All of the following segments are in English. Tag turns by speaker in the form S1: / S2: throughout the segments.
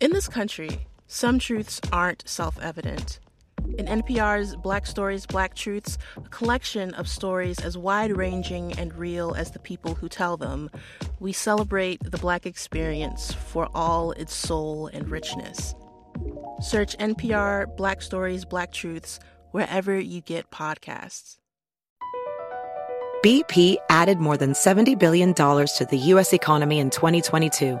S1: In this country, some truths aren't self evident. In NPR's Black Stories, Black Truths, a collection of stories as wide ranging and real as the people who tell them, we celebrate the Black experience for all its soul and richness. Search NPR Black Stories, Black Truths wherever you get podcasts.
S2: BP added more than $70 billion to the U.S. economy in 2022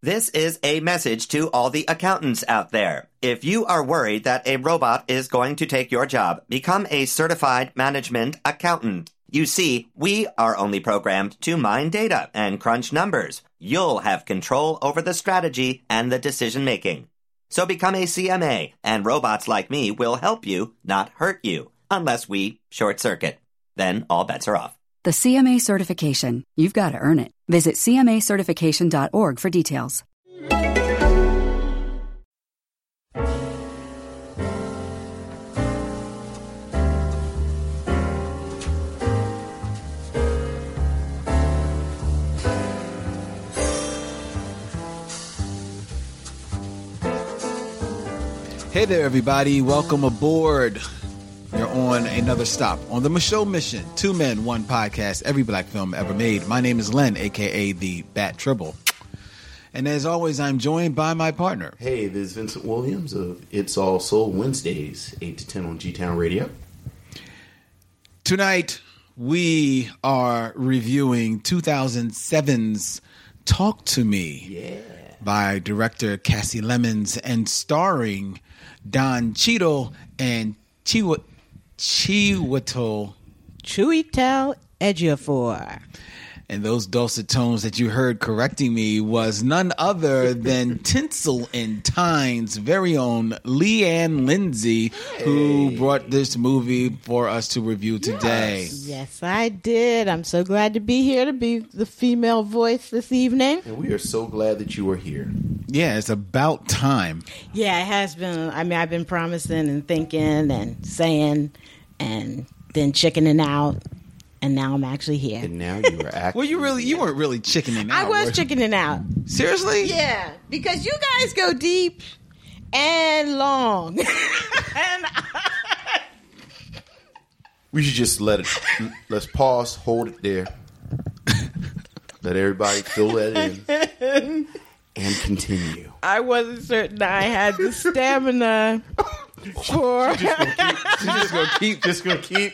S3: This is a message to all the accountants out there. If you are worried that a robot is going to take your job, become a certified management accountant. You see, we are only programmed to mine data and crunch numbers. You'll have control over the strategy and the decision making. So become a CMA, and robots like me will help you, not hurt you, unless we short circuit. Then all bets are off.
S4: The CMA certification. You've got to earn it. Visit CMAcertification.org for details.
S5: Hey there, everybody. Welcome aboard. You're on another stop on the Michelle Mission Two Men, One Podcast, every black film ever made. My name is Len, aka the Bat Tribble. And as always, I'm joined by my partner.
S6: Hey, this is Vincent Williams of It's All Soul Wednesdays, 8 to 10 on G Town Radio.
S5: Tonight, we are reviewing 2007's Talk to Me by director Cassie Lemons and starring Don Cheadle and Chiwa- Chiwetel.
S7: Chuitel Ejiofor.
S5: And those dulcet tones that you heard correcting me was none other than Tinsel and Tyne's very own Leanne Lindsay, who brought this movie for us to review today.
S7: Yes, I did. I'm so glad to be here to be the female voice this evening.
S6: And we are so glad that you are here.
S5: Yeah, it's about time.
S7: Yeah, it has been. I mean, I've been promising and thinking and saying and then chickening out, and now I'm actually here.
S6: And now you are acting.
S5: Well, you really you weren't really chickening
S7: I
S5: out.
S7: was
S5: were-
S7: chickening out.
S5: Seriously?
S7: Yeah, because you guys go deep and long. and
S6: We should just let it, let's pause, hold it there, let everybody fill that in, and continue.
S7: I wasn't certain I had the stamina for.
S6: just gonna keep, just gonna keep,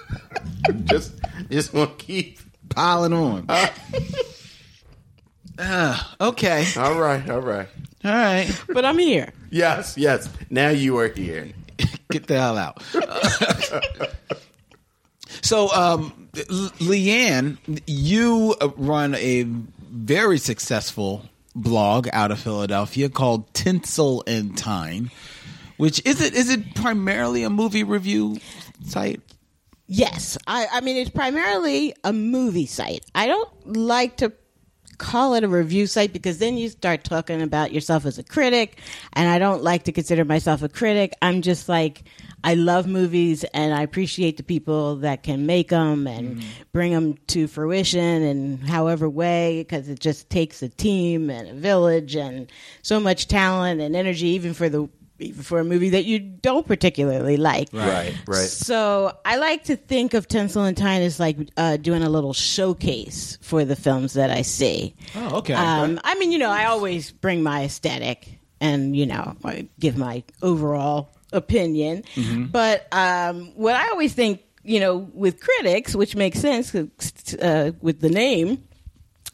S6: just, just gonna keep.
S5: Piling on. Ah, okay.
S6: All right, all right.
S5: All right.
S7: but I'm here.
S6: Yes, yes. Now you are here.
S5: get the hell out. so, um, Le- Leanne, you run a very successful blog out of Philadelphia called Tinsel and Tine, which is it is it primarily a movie review site?
S7: Yes, I, I mean it's primarily a movie site. I don't like to call it a review site because then you start talking about yourself as a critic, and I don't like to consider myself a critic. I'm just like I love movies and I appreciate the people that can make them and bring 'em bring them to fruition in however way because it just takes a team and a village and so much talent and energy even for the even for a movie that you don't particularly like.
S6: Right, right.
S7: So I like to think of Tinsel and Tine as like uh, doing a little showcase for the films that I see.
S5: Oh, okay.
S7: Um, I mean, you know, I always bring my aesthetic and, you know, I give my overall opinion.
S5: Mm-hmm.
S7: But um, what I always think, you know, with critics, which makes sense 'cause, uh, with the name,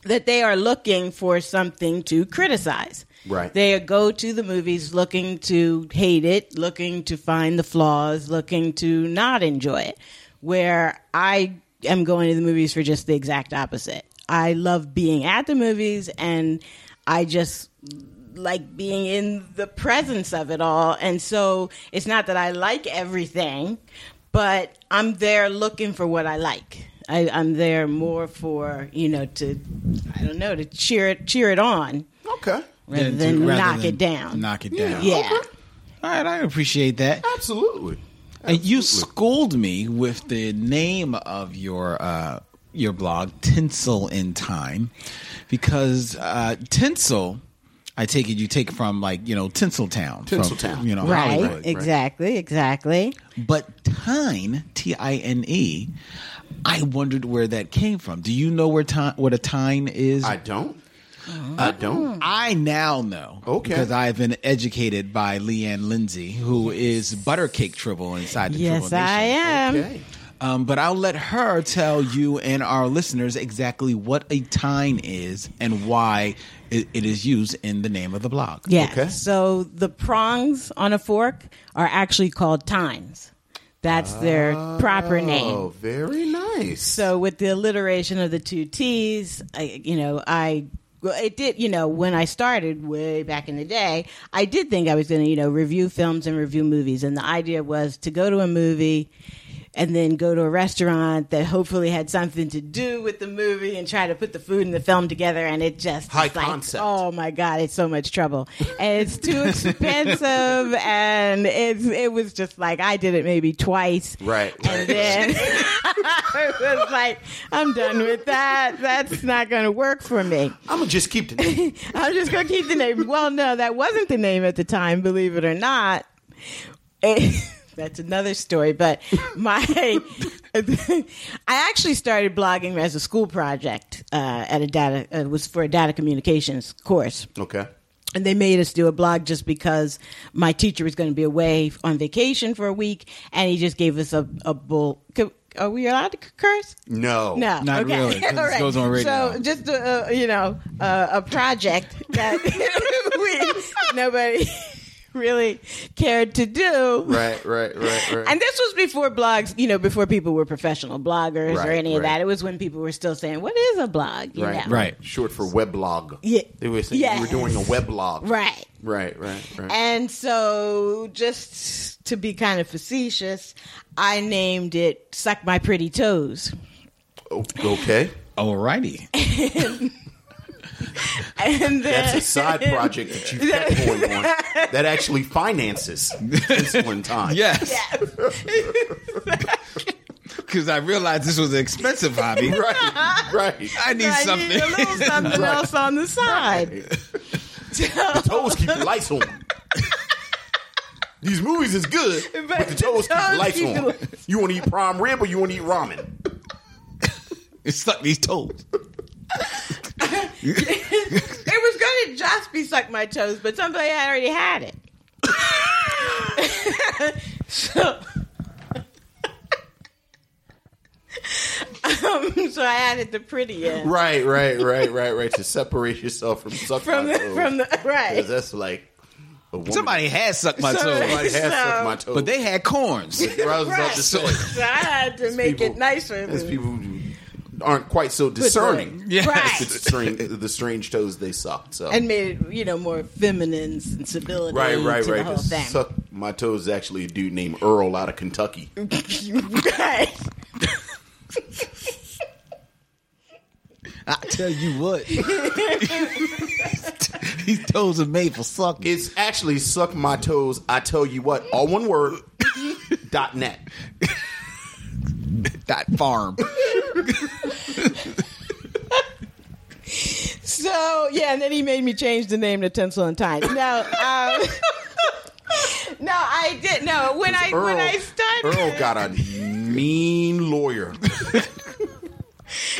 S7: that they are looking for something to criticize.
S6: Right.
S7: They go to the movies looking to hate it, looking to find the flaws, looking to not enjoy it. Where I am going to the movies for just the exact opposite. I love being at the movies and I just like being in the presence of it all. And so it's not that I like everything, but I'm there looking for what I like. I, I'm there more for you know to I don't know to cheer it cheer it on
S6: Okay.
S7: rather than knock it down.
S5: Knock it down.
S7: yeah.
S5: All right, I appreciate that.
S6: Absolutely.
S5: And Uh, you schooled me with the name of your uh, your blog, Tinsel in Time, because uh, tinsel. I take it you take from like you know Tinseltown, from,
S6: Tinseltown.
S5: you know
S7: Right,
S5: Hollywood.
S7: exactly, exactly.
S5: But tine, T I N E, I wondered where that came from. Do you know where time, what a tine is?
S6: I don't. I don't.
S5: I now know.
S6: Okay.
S5: Because I've been educated by Leanne Lindsay, who is Buttercake Tribble inside the
S7: Yes,
S5: Tribble Nation.
S7: I am.
S6: Okay.
S5: Um, but I'll let her tell you and our listeners exactly what a tine is and why it, it is used in the name of the blog.
S7: Yeah.
S6: Okay.
S7: So the prongs on a fork are actually called tines. That's their proper
S6: Oh,
S7: name.
S6: very nice.
S7: So with the alliteration of the two T's, I, you know, I well, it did, you know, when I started way back in the day, I did think I was going to, you know, review films and review movies, and the idea was to go to a movie and then go to a restaurant that hopefully had something to do with the movie and try to put the food and the film together and it just
S6: High
S7: it's like,
S6: concept.
S7: oh my god it's so much trouble and it's too expensive and it's it was just like i did it maybe twice
S6: Right, right.
S7: and then I was like, I'm done with that. That's not going to work for me.
S6: I'm gonna just keep the name.
S7: I'm just going to keep the name. Well, no, that wasn't the name at the time, believe it or not. Eh, that's another story. But my, I actually started blogging as a school project uh, at a data. It was for a data communications course
S6: Okay.
S7: and they made us do a blog just because my teacher was going to be away on vacation for a week, and he just gave us a a bull. c- Are we allowed to c- curse?
S6: No.
S7: No,
S5: Not
S7: okay.
S5: really, 'cause
S7: All
S5: this goes on radio.
S7: So just uh, you know, uh, a project that we, nobody really cared to do.
S6: Right. Right. Right. Right.
S7: And this was before blogs, you know, before people were professional bloggers or
S6: Right,
S7: any of
S6: right.
S7: that. It was when people were still saying, "What is a blog?" You
S6: right.
S7: know?
S5: Right.
S6: Short for weblog.
S7: Yeah.
S6: They were saying you
S7: Yes.
S6: were doing a weblog.
S7: right.
S6: Right. Right. Right.
S7: And so, just to be kind of facetious, I named it Suck My Pretty Toes.
S6: O- Oh, okay.
S5: Alrighty.
S7: And then,
S6: That's a side project that you kept going on that actually finances insulin time.
S5: Yes. Because I realized this was an expensive hobby.
S6: Right. Right.
S5: I need
S7: I
S5: something.
S7: needed a little something else on the side.
S6: The toes keep the lights on. These movies is good, but,
S7: But
S6: the toes, keep the lights
S7: keep the
S6: on.
S7: lights-
S6: You want to eat prime rib or you want to eat ramen?
S5: It stuck these toes.
S7: It was going to just be Suck My Toes, but somebody had already had it. so, um, so I added the pretty end.
S6: Right, right, right, right, right. To separate yourself from suck
S7: From
S6: my
S7: the,
S6: toes.
S7: from the right,
S6: 'Cause that's like a woman-
S5: Somebody had sucked my
S6: Somebody
S5: toes,
S6: has sucked
S7: So-
S6: my toes.
S5: but they had corns.
S6: That's what I was about to say.
S7: so I had to make
S6: people-
S7: it nicer.
S6: There's
S7: than-
S6: people who aren't quite so discerning.
S5: Yes.
S7: Right.
S6: The strange, the strange toes they suck. So
S7: and made it you know more feminine sensibility
S6: right, right,
S7: to the
S6: right.
S7: whole
S6: To
S7: thing.
S6: Suck my toes is actually a dude named Earl out of Kentucky.
S7: right.
S5: I tell you what, these toes are made for sucking.
S6: It's actually suck my toes. I tell you what, all one word. dot net.
S5: That farm.
S7: So yeah, and then he made me change the name to Tinsel and Tine. No, um, no, I did no. When I
S6: Earl,
S7: when I started,
S6: Earl got a mean lawyer.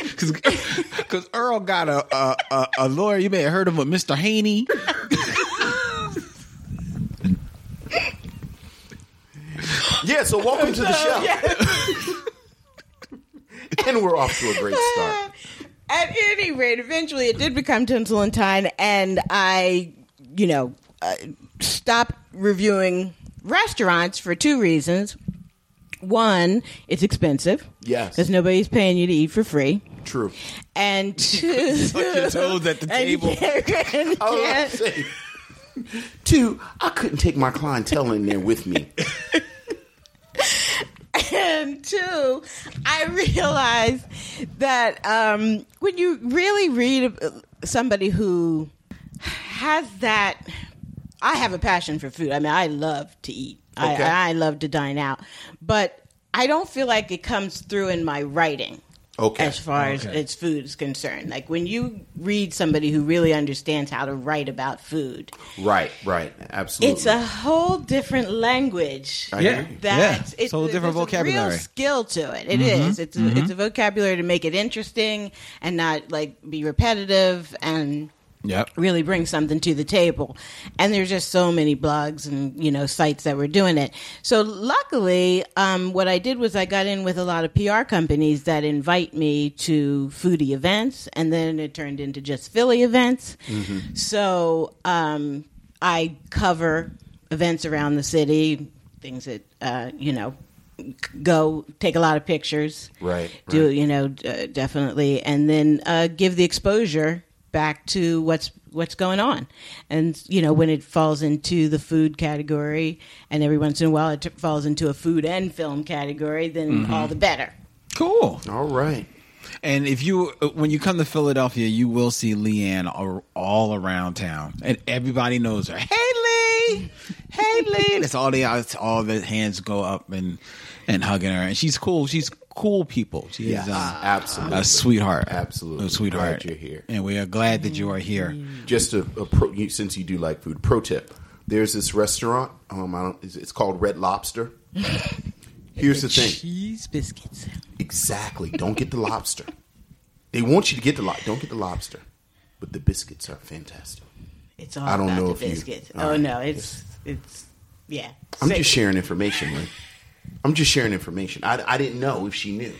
S5: Because Earl got a, a, a, a lawyer. You may have heard of him, Mr. Haney.
S6: Yeah, so welcome
S7: Oh,
S6: to the show. and we're off to a great start.
S7: At any rate, eventually it did become Tinsel and Tine, and I, you know, uh, stopped reviewing restaurants for two reasons. One, it's expensive.
S6: Yes.
S7: Because nobody's paying you to eat for free.
S6: True.
S7: And two,
S5: Your toes at the
S7: and you
S5: table. Oh.
S7: can't- and
S6: I was about to
S7: can't-
S6: say, Two, I couldn't take my clientele in there with me.
S7: then too, I realized that um, when you really read uh, somebody who has that, I have a passion for food. I mean, I love to eat.
S6: Okay.
S7: I, I love to dine out, but I don't feel like it comes through in my writing
S6: Okay.
S7: as far as as food is concerned. Like when you read somebody who really understands how to write about food,
S6: Right, right. Absolutely.
S7: it's a whole different language.
S6: I
S5: Yeah.
S6: hear you.
S7: That
S5: Yeah. Mm-hmm.
S7: it's
S5: It's a whole different
S7: there's A
S5: vocabulary.
S7: real skill to it. It is. It's a, it's a vocabulary to make it interesting and not like be repetitive and
S5: Yep.
S7: really bring something to the table. And there's just so many blogs and you know sites that were doing it. So luckily, um, what I did was I got in with a lot of PR companies that invite me to foodie events, and then it turned into just Philly events. So um, I cover events around the city, things that uh, you know go take a lot of pictures
S6: Right,
S7: do
S6: right.
S7: you know d- uh, definitely and then uh, give the exposure back to what's what's going on and you know when it falls into the food category and every once in a while it t- falls into a food and film category then
S6: Mm-hmm.
S7: all the better
S5: Cool.
S6: All right.
S5: And if you, when you come to Philadelphia, you will see Leanne all, all around town, and everybody knows her. Hey Lee, hey Lee. And It's all the it's all the hands go up and and hugging her, and she's cool. She's cool people. She's uh,
S6: Yes, absolutely.
S5: um, a sweetheart,
S6: Absolutely.
S5: a sweetheart.
S6: Glad you're here.
S5: and we are glad that you are here.
S6: just a, a pro, you, since you do like food, pro tip. There's this restaurant. Um, I don't. It's, it's called Red Lobster. Here's the thing.
S7: cheese biscuits
S6: Exactly. Don't get the lobster. They want you to get the lobster. Don't get the lobster, but the biscuits are fantastic.
S7: it's all
S6: I don't
S7: about
S6: know
S7: the
S6: if you-
S7: biscuits
S6: all
S7: oh
S6: right.
S7: no it's it's yeah
S6: I'm
S7: Say-
S6: just sharing information, right? I'm just sharing information. I, I didn't know if she knew.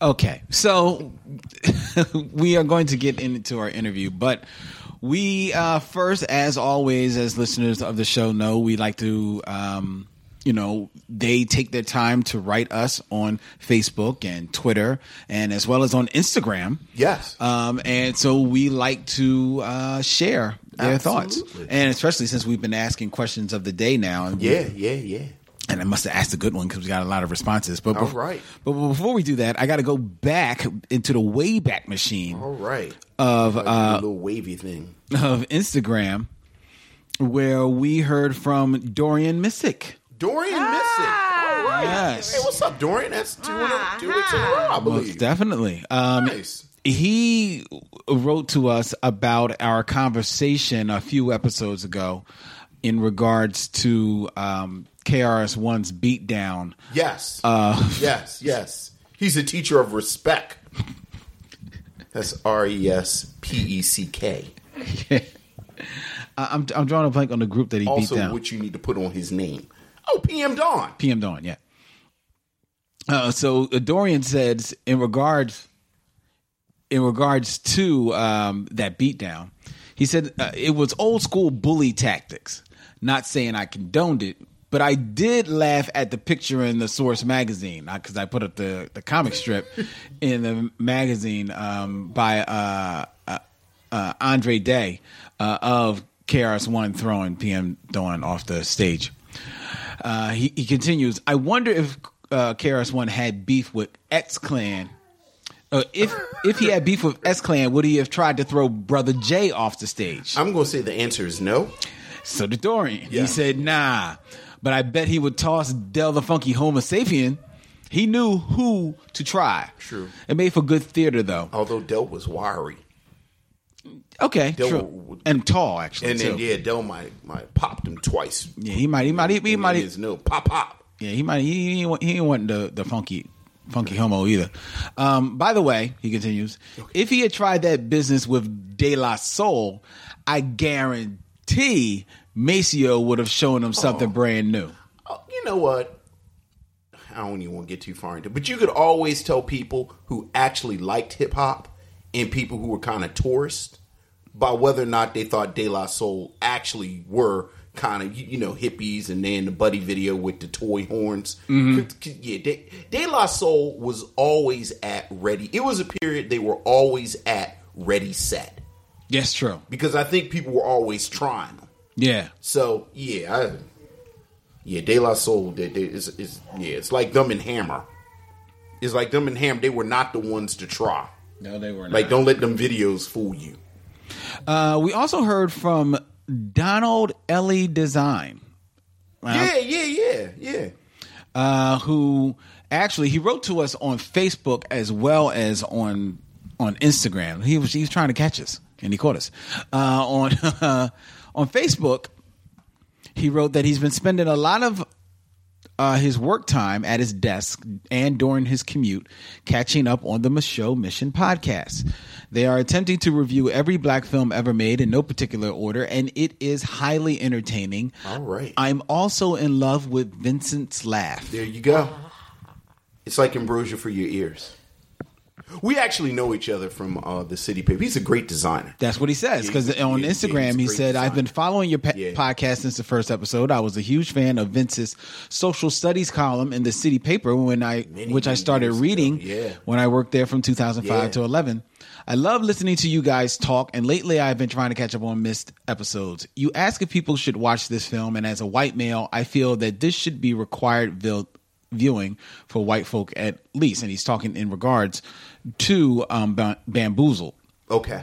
S5: Okay, so we are going to get into our interview, but we uh, first, as always, as listeners of the show know, we like to, um, you know, they take their time to write us on Facebook and Twitter, and as well as on Instagram.
S6: Yes.
S5: Um, and so we like to uh, share their
S6: Absolutely.
S5: thoughts, and especially since we've been asking questions of the day now, and we-
S6: yeah. Yeah. Yeah.
S5: and I must have asked a good one because we got a lot of responses. But
S6: All
S5: bef-
S6: right.
S5: but before we do that, I got to go back into the Wayback Machine
S6: All right.
S5: of
S6: Like
S5: uh,
S6: a little wavy thing.
S5: of Instagram, where we heard from Dorian Mystic.
S6: Dorian Missing. All right.
S5: Ah. Yes.
S6: Hey, what's up, Dorian? That's two, in a, two weeks in a row, I believe.
S5: Most definitely. Um,
S6: nice.
S5: he wrote to us about our conversation a few episodes ago in regards to um, KRS One's beatdown.
S6: Yes.
S5: Uh,
S6: yes, yes. He's a teacher of respect. That's R E S P E C K.
S5: I- I'm I'm drawing a blank on the group that he beat
S6: Also,
S5: down.
S6: what you need to put on his name. Oh, PM Dawn.
S5: PM Dawn, yeah. Uh, so uh, Dorian says in regards in regards to um, that beatdown, he said uh, it was old school bully tactics. Not saying I condoned it, but I did laugh at the picture in the Source magazine because I put up the the comic strip in the magazine um, by uh, uh, uh, Andre Day uh, of KRS One throwing PM Dawn off the stage. Uh, he, he continues. I wonder if uh, KRS One had beef with X Clan. Uh, if if he had beef with X Clan, would he have tried to throw Brother J off the stage?
S6: I'm going to say the answer is no.
S5: So did Dorian.
S6: Yeah.
S5: He said, "Nah," but I bet he would toss Del the Funky Homo Sapien. He knew who to try.
S6: True. Um,
S5: It made for good theater, though.
S6: Although Dell was wiry.
S5: Okay,
S6: Del-
S5: true. and tall actually.
S6: And then,
S5: too.
S6: yeah, Dell might, might popped him twice.
S5: yeah, he might, he might, he,
S6: He
S5: might.
S6: might. His no pop pop.
S5: Yeah, he might. He he ain't want, he ain't want the the funky funky homo either. Um, by the way, he continues. If he had tried that business with De La Soul, I guarantee Maceo would have shown him something brand new.
S6: Oh, you know what? I don't even want to get too far into it. But you could always tell people who actually liked hip hop and people who were kind of tourists by whether or not they thought De La Soul actually were kind of, you, you know, hippies and then the Buddy video with the toy horns. Yeah, De, De La Soul was always at ready. It was a period they were always at ready set
S5: Yes, true.
S6: because I think people were always trying them.
S5: Yeah,
S6: So, yeah, I, Yeah, De La Soul. They, they, is, is, yeah, it's like them and Hammer. It's like them and Ham. They were not the ones to try.
S5: No, they were not.
S6: Like, don't let them videos fool you.
S5: Uh, we also heard from Donald Ellie Design,
S6: Yeah, yeah, yeah, yeah.
S5: uh, who actually he wrote to us on Facebook as well as on on Instagram. He was he was trying to catch us and he caught us uh, on on Facebook. He wrote that he's been spending a lot of uh, his work time at his desk and during his commute, catching up on the Michaud Mission podcast. They are attempting to review every black film ever made in no particular order, and it is highly entertaining.
S6: All right.
S5: I'm also in love with Vincent's laugh.
S6: There you go. It's like ambrosia for your ears. We actually know each other from uh, the city paper. He's a great designer.
S5: That's what he says. Because
S6: Yeah,
S5: on
S6: yeah, yeah,
S5: Instagram,
S6: he's
S5: he
S6: great
S5: said, I've been
S6: designer."
S5: following your pa-
S6: Yeah.
S5: podcast since the first episode. I was a huge fan of Vince's social studies column in the city paper when I,
S6: Many,
S5: which I
S6: many
S5: started
S6: years ago.
S5: reading
S6: Yeah.
S5: when I worked there from 2005 to
S6: Yeah.
S5: 11. I love listening to you guys talk, and lately I've been trying to catch up on missed episodes. You ask if people should watch this film, and as a white male, I feel that this should be required vil- viewing for white folk at least. And he's talking in regards to um, Bam- Bamboozle.
S6: Okay.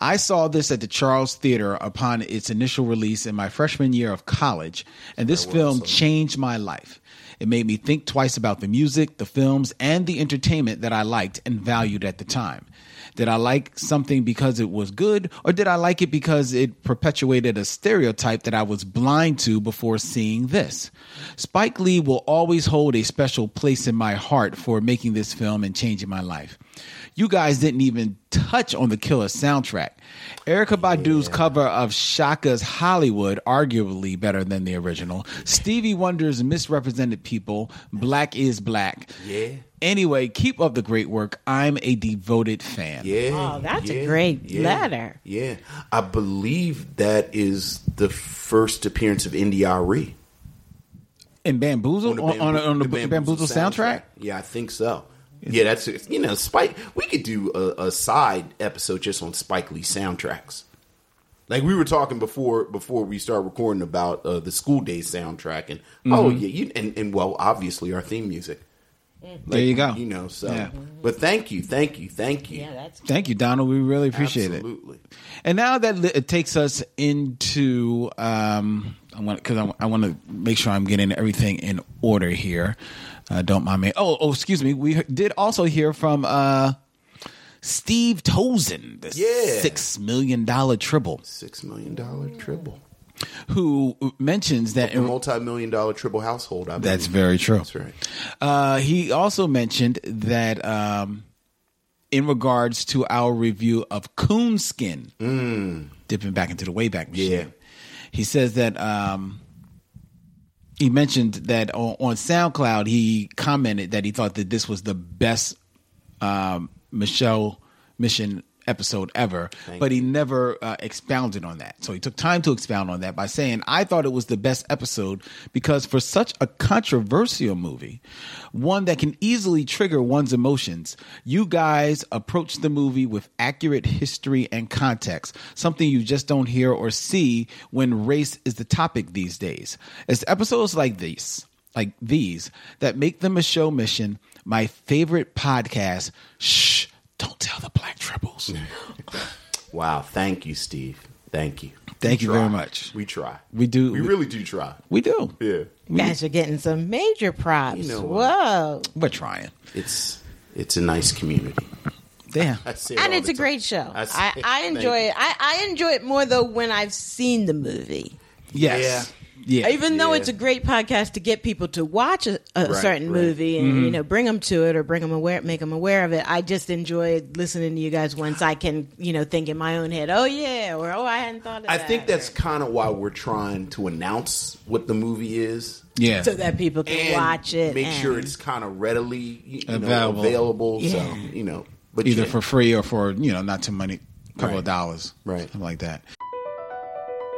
S5: I saw this at the Charles Theater upon its initial release in my freshman year of college, and this film changed my life. It made me think twice about the music, the films, and the entertainment that I liked and valued at the time. Did I like something because it was good, or did I like it because it perpetuated a stereotype that I was blind to before seeing this? Spike Lee will always hold a special place in my heart for making this film and changing my life. You guys didn't even touch on the killer soundtrack. Erica Badu's cover of Shaka's Hollywood, arguably better than the original. Stevie Wonder's Misrepresented People, Black is Black.
S6: Yeah.
S5: Anyway, keep up the great work. I'm a devoted fan.
S6: Yeah.
S7: Oh, that's a
S6: yeah,
S7: great
S6: yeah,
S7: letter.
S6: Yeah. I believe that is the first appearance of NDRE.
S5: And Bamboozle on, on, on the, Bamboozle, soundtrack?
S6: Yeah, I think so. Yeah, that's you know Spike. We could do a, a side episode just on Spike Lee soundtracks. Like we were talking before before we started recording about uh, the school day soundtrack and oh
S5: Mm-hmm.
S6: yeah you and, and well obviously our theme music.
S7: Mm.
S5: there you go.
S6: You know so.
S5: Yeah.
S6: But thank you, thank you, thank you.
S7: Yeah, that's
S5: Thank you, Donald. We really appreciate it.
S6: Absolutely.
S5: And now that li- it takes us into, um, I want because I, want to make sure I'm getting everything in order here. Uh, don't mind me. Oh, oh, excuse me. We he- did also hear from uh, Steve Tozen, the
S6: Yeah.
S5: six million dollar triple,
S6: Six million dollar triple,
S5: who mentions that.
S6: a multi million dollar triple household. I
S5: that's
S6: believe.
S5: very true.
S6: That's right.
S5: Uh, he also mentioned that um, in regards to our review of Coonskin, dipping back into the Wayback Machine.
S6: Yeah.
S5: He says that um, he mentioned that on, on SoundCloud, he commented that he thought that this was the best um, Michelle Mission episode ever, but he never uh, expounded on that. So he took time to expound on that by saying, I thought it was the best episode because for such a controversial movie, one that can easily trigger one's emotions, you guys approach the movie with accurate history and context, something you just don't hear or see when race is the topic these days. It's episodes like these like these that make them a show mission my favorite podcast shh don't tell the black tribbles
S6: Wow. Thank you, Steve. Thank you.
S5: Thank
S6: We
S5: you very
S6: try.
S5: much.
S6: We try.
S5: We do-
S6: We,
S5: we-
S6: really do try.
S5: we do
S6: Yeah.
S7: guys are getting some major props.
S6: You know uh, what?
S7: Whoa.
S5: we're trying
S6: It's it's a nice community.
S5: damn
S6: I say it
S7: And
S6: all
S7: it's
S6: the
S7: a great show.
S6: time.
S7: I,
S6: say-
S7: I,
S6: thank
S7: enjoy
S6: you.
S7: it. I, I enjoy it more though when I've seen the movie.
S5: yes yeah,
S7: Even though
S6: Yeah.
S7: it's a great podcast to get people to watch a, a
S6: Right,
S7: certain
S6: right.
S7: movie and you know bring them to it or bring them aware, make them aware of it. I just enjoy listening to you guys once I can you know think in my own head, oh yeah, or oh I hadn't thought of
S6: I
S7: that.
S6: think
S7: or-
S6: that's kind of why we're trying to announce what the movie is.
S5: yeah
S7: so that people can
S6: And
S7: watch it.
S6: Make sure
S7: and-
S6: it's kind of readily you know,
S5: Available.
S6: available.
S7: Yeah.
S6: So you know, but
S5: either
S6: yeah.
S5: for free or for you know not too many couple of
S6: Right.
S5: dollars
S6: Right.
S5: something like that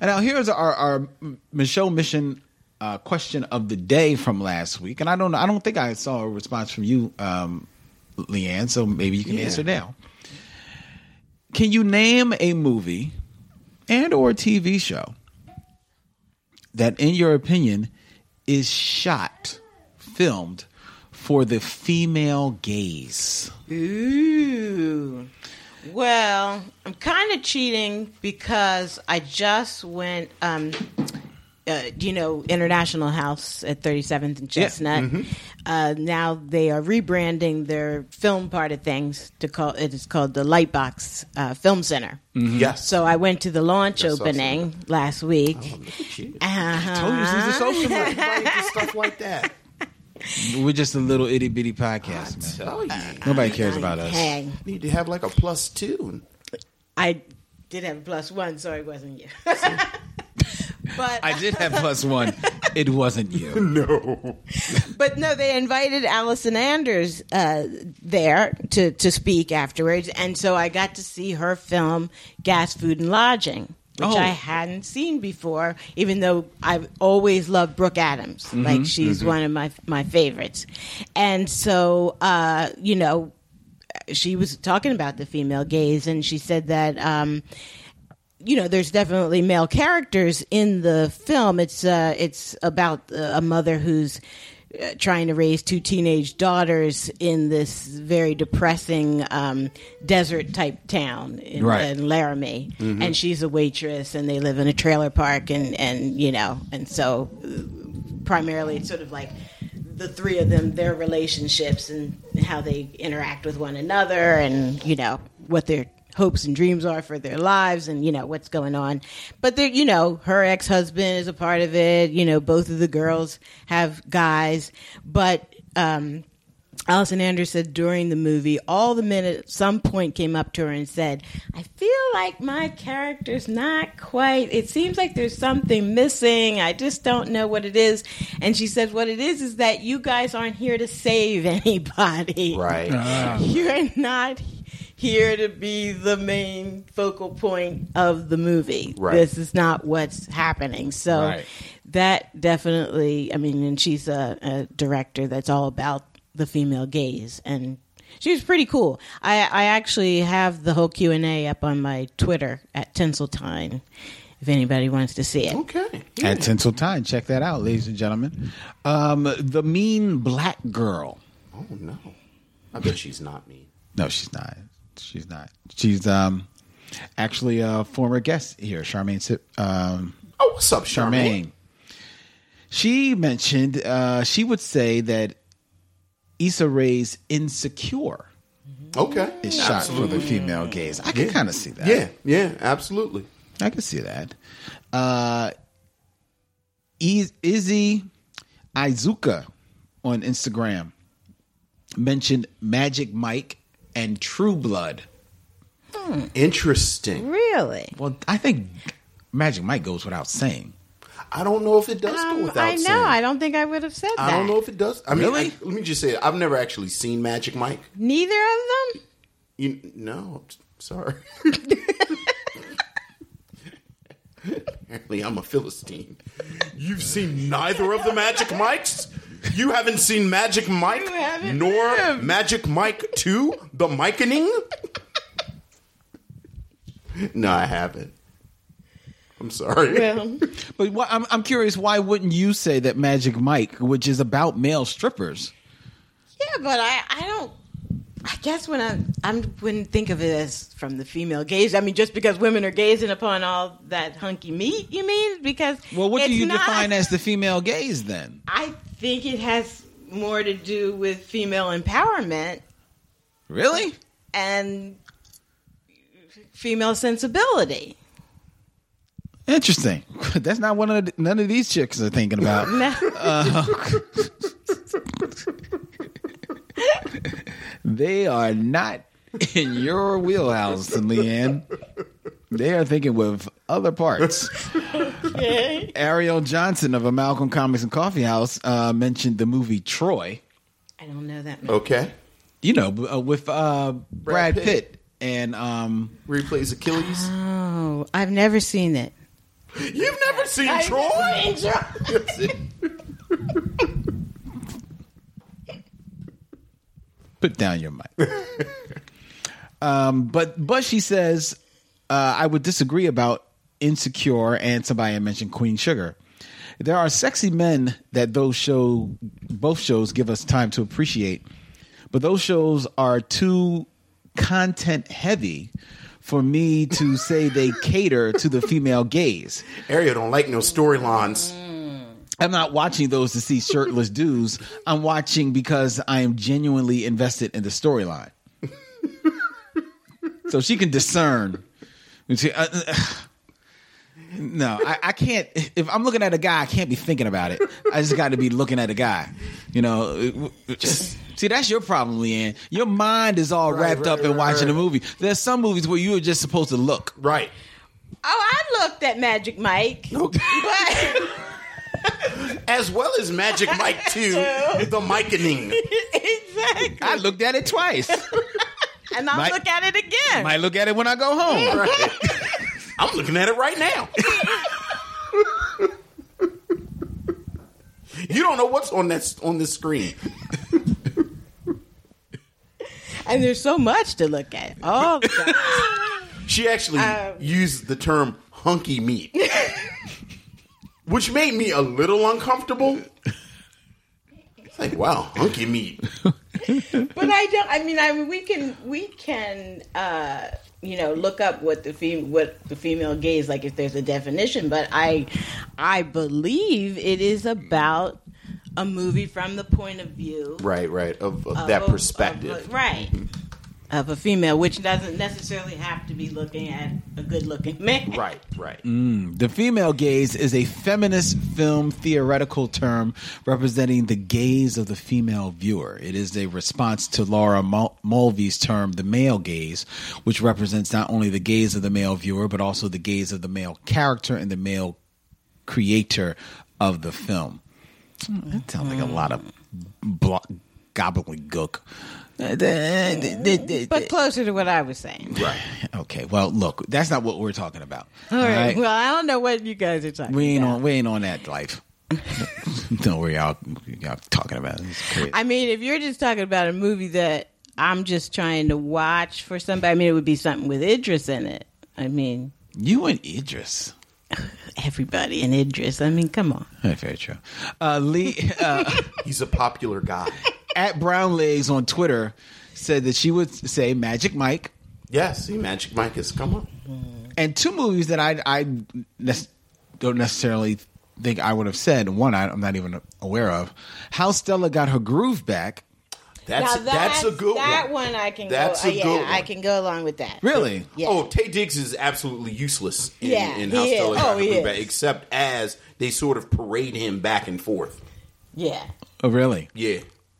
S5: And now here's our, our Michelle Mission uh, question of the day from last week, and I don't I don't think I saw a response from you, um, Leanne. So maybe you can answer now. Can you name a movie and or TV show that, in your opinion, is shot filmed for the female gaze?
S7: Ooh. Well, I'm kind of cheating because I just went, um, uh, you know, International House at 37th and Chestnut.
S5: Mm-hmm.
S7: Uh, now they are rebranding their film part of things to call it is called the Lightbox uh, Film Center.
S5: Mm. Mm-hmm.
S6: Yes.
S7: So I went to the launch opening last week. Uh-huh.
S5: Oh, Told you she's a social worker.
S6: stuff like that.
S5: We're just a little itty bitty podcast, man.
S6: Tell you,
S5: Nobody cares about us.
S7: Hey,
S6: Oh, need to have like a plus two.
S7: I did have a plus one, so it wasn't you. but
S5: I did have plus one. It wasn't you.
S7: But no, they invited Allison Anders uh, there to, to speak afterwards, and so I got to see her film Gas, Food, and Lodging, which
S5: Oh.
S7: I hadn't seen before. Even though I've always loved Brooke Adams, like she's one of my my favorites, and so uh, you know, she was talking about the female gaze, and she said that. Um, you know, there's definitely male characters in the film. It's uh, it's about uh, a mother who's uh, trying to raise two teenage daughters in this very depressing um, desert type town in,
S5: Right.
S7: in Laramie, and she's a waitress, and they live in a trailer park, and and you know, and so primarily it's sort of like the three of them their relationships and how they interact with one another and you know what their hopes and dreams are for their lives and you know what's going on but there you know her ex-husband is a part of it you know both of the girls have guys but um Allison Anders said during the movie, all the men at some point came up to her and said, I feel like my character's not quite, it seems like there's something missing. I just don't know what it is. And she said, What it is is that you guys aren't here to save anybody.
S6: Right.
S7: You're not here to be the main focal point of the movie.
S6: Right.
S7: This is not what's happening. So
S5: Right.
S7: that definitely, I mean, and she's a, a director that's all about the female gaze and she was pretty cool. I, I actually have the whole Q and A up on my Twitter at Tinseltine if anybody wants to see it.
S6: okay.
S5: At Tinsel Time, check that out, ladies and gentlemen. Um, the mean black girl.
S6: Oh no. I bet she's not me.
S5: No, she's not. She's not. She's um, actually a former guest here, Charmaine. Sip- Um,
S6: Oh, what's up, Charmaine?
S5: Charmaine. She mentioned uh, she would say that Issa Rae's "Insecure"
S6: Okay.
S5: is shot for the female gaze. I can kind of see that.
S6: Yeah. Yeah. Absolutely.
S5: I can see that. Uh, Iz- Izzy Izuka on Instagram mentioned Magic Mike and True Blood.
S6: Interesting.
S7: Really?
S5: Well, I think Magic Mike goes without saying.
S6: I don't know if it does go
S7: Um,
S6: without
S7: I know.
S6: saying.
S7: I don't think I would have said that.
S6: I don't know if it does. I mean,
S5: Really?
S6: I- let me just say, I've never actually seen Magic Mike.
S7: Neither of them.
S6: You no, t- sorry. Apparently, I'm a philistine. You've seen neither of the Magic Mikes. You haven't seen Magic Mike,
S7: haven't
S6: nor Magic Mike Two: The Mikening. no, I haven't. I'm sorry.
S7: Well,
S5: But why, I'm, I'm curious, why wouldn't you say that Magic Mike, which is about male strippers,
S7: Yeah, but I, I don't. I guess when I I'm wouldn't think of it as from the female gaze. I mean, just because women are gazing upon all that hunky meat, you mean? Because
S5: well, what do
S7: it's
S5: you
S7: not-
S5: define as the female gaze then?
S7: I think it has more to do with female empowerment
S5: Really?
S7: and female sensibility.
S5: Interesting. That's not one of the, none of these chicks are thinking about. They are not in your wheelhouse, Leanne. They are thinking with other parts.
S7: Okay.
S5: Ariel Johnson of a Malcolm Comics and Coffee House uh, mentioned the movie Troy.
S7: I don't know that much.
S6: Okay.
S5: You know, b- uh, with uh, Brad,
S6: Brad
S5: Pitt.
S6: Pitt.
S5: and um,
S6: Replays Achilles.
S7: Oh, I've never seen it.
S6: You've never seen Troy.
S7: oh,
S5: put down your mic. um, but but she says uh, I would disagree about Insecure and somebody had mentioned Queen Sugar. There are sexy men that those show both shows give us time to appreciate, but those shows are too content heavy for me to say they cater to the female gaze.
S6: Ariel don't like no storylines.
S5: I'm not watching those to see shirtless dudes. I'm watching because I am genuinely invested in the storyline. so she can discern. And she- uh, uh, no, I, I can't. If I'm looking at a guy, I can't be thinking about it. I just got to be looking at a guy. You know, just. See, that's your problem, Leanne. Your mind is all
S6: Right,
S5: wrapped
S6: right,
S5: up in
S6: right,
S5: watching a
S6: right.
S5: movie. There's some movies where you are just supposed to look.
S6: Right.
S7: Oh, I looked at Magic Mike. But
S6: As well as Magic Mike 2, the Mikening.
S7: exactly.
S5: I looked at it twice.
S7: And I'll
S5: Mike-
S7: look at it again.
S5: Might look at it when I go home.
S6: I'm looking at it right now. you don't know what's on that on this screen.
S7: and there's so much to look at. Oh, God.
S6: She actually
S7: Um,
S6: used the term hunky meat, which made me a little uncomfortable. It's like, wow, hunky meat.
S7: but I don't. I mean, I mean, we can we can uh, you know look up what the fem- what the female gaze like if there's a definition. But I I believe it is about a movie from the point of view
S6: Right, right. Of, of
S7: of
S6: that
S7: a-
S6: perspective.
S7: of a- right of a female, which doesn't necessarily have to be looking at a good looking man.
S6: Right, right.
S5: The female gaze is a feminist film theoretical term representing the gaze of the female viewer. It is a response to Laura Mul- Mulvey's term, the male gaze, which represents not only the gaze of the male viewer, but also the gaze of the male character and the male creator of the film. That sounds like a lot of blo- gobbledygook. Uh,
S7: But closer to what I was saying.
S5: Okay, well, look, that's not what we're talking about.
S7: All right.
S5: right?
S7: Well, I don't know what you guys are talking
S5: We ain't
S7: about.
S5: on. We ain't on that life. Don't worry, y'all. Y'all talking about it. It's crazy.
S7: I mean, if you're just talking about a movie that I'm just trying to watch for somebody, I mean, it would be something with Idris in it. I mean,
S5: you and Idris.
S7: everybody in Idris. I mean, come on.
S5: That's very true. Uh, Lee uh,
S6: He's a popular guy.
S5: at Brown Legs on Twitter said that she would say Magic Mike
S6: Yes, see, Magic Mike has come up.
S5: and two movies that I I nec- don't necessarily think I would have said. One I, I'm not even aware of. How Stella got her groove back.
S6: That's
S7: Now
S6: that's, a good
S7: that
S6: one.
S7: I can
S6: That's
S7: go. uh,
S6: a
S7: yeah,
S6: good
S7: I
S6: one.
S7: can go along with that.
S5: Really?
S7: Yeah.
S6: Oh, Tay Diggs is absolutely useless in,
S7: Yeah,
S6: in
S7: he
S6: House
S7: is.
S6: Stella
S7: Oh,
S6: Got
S7: he
S6: Her Groove
S7: is.
S6: Back, except as they sort of parade him back and forth.
S7: Yeah.
S5: Oh, really?
S6: Yeah.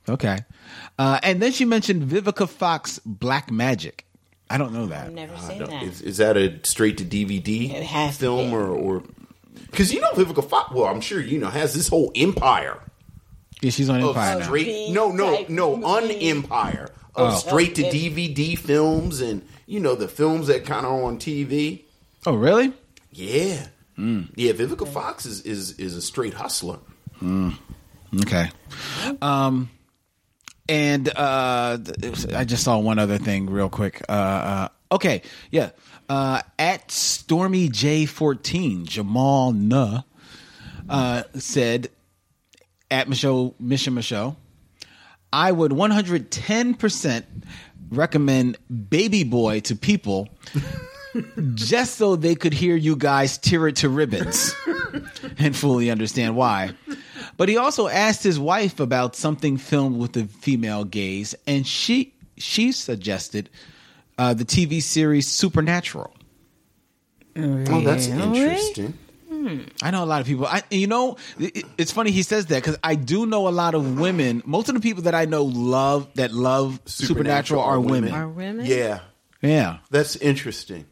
S5: Okay. Uh, and then she mentioned Vivica Fox Black Magic. I don't know that.
S7: I've never
S6: I
S7: seen
S6: don't-
S7: that.
S6: Is, is that a straight to DVD
S7: It has to
S6: film
S7: be.
S6: or or because you know Vivica Fox? Well, I'm sure you know has this whole empire
S5: Yeah, she's
S7: Oh,
S5: on
S6: of
S5: Empire now.
S6: straight. No, no,
S7: Type
S6: no, un
S7: movie.
S6: empire of
S5: Oh.
S6: straight to
S7: Okay.
S6: DVD films and you know the films that kind of on TV.
S5: Oh, really?
S6: Yeah, yeah. Vivica Fox is is is a straight hustler.
S5: Okay. Um, and uh, th- it was- I just saw one other thing real quick. Uh, uh okay, yeah. Uh, at Stormy J fourteen, Jamal Nuh uh, said at Michelle Mission Michelle, I would one hundred ten percent recommend Baby Boy to people. Just so they could hear you guys tear it to ribbons and fully understand why. But he also asked his wife about something filmed with the female gaze, and she she suggested uh, the TV series Supernatural.
S6: Oh, that's interesting.
S5: I know a lot of people. I you know it, it's funny he says that because I do know a lot of women. Most of the people that I know love that love Supernatural,
S6: Supernatural
S5: are
S6: are
S5: women.
S6: women.
S7: Are women?
S6: Yeah,
S5: Yeah,
S6: that's interesting.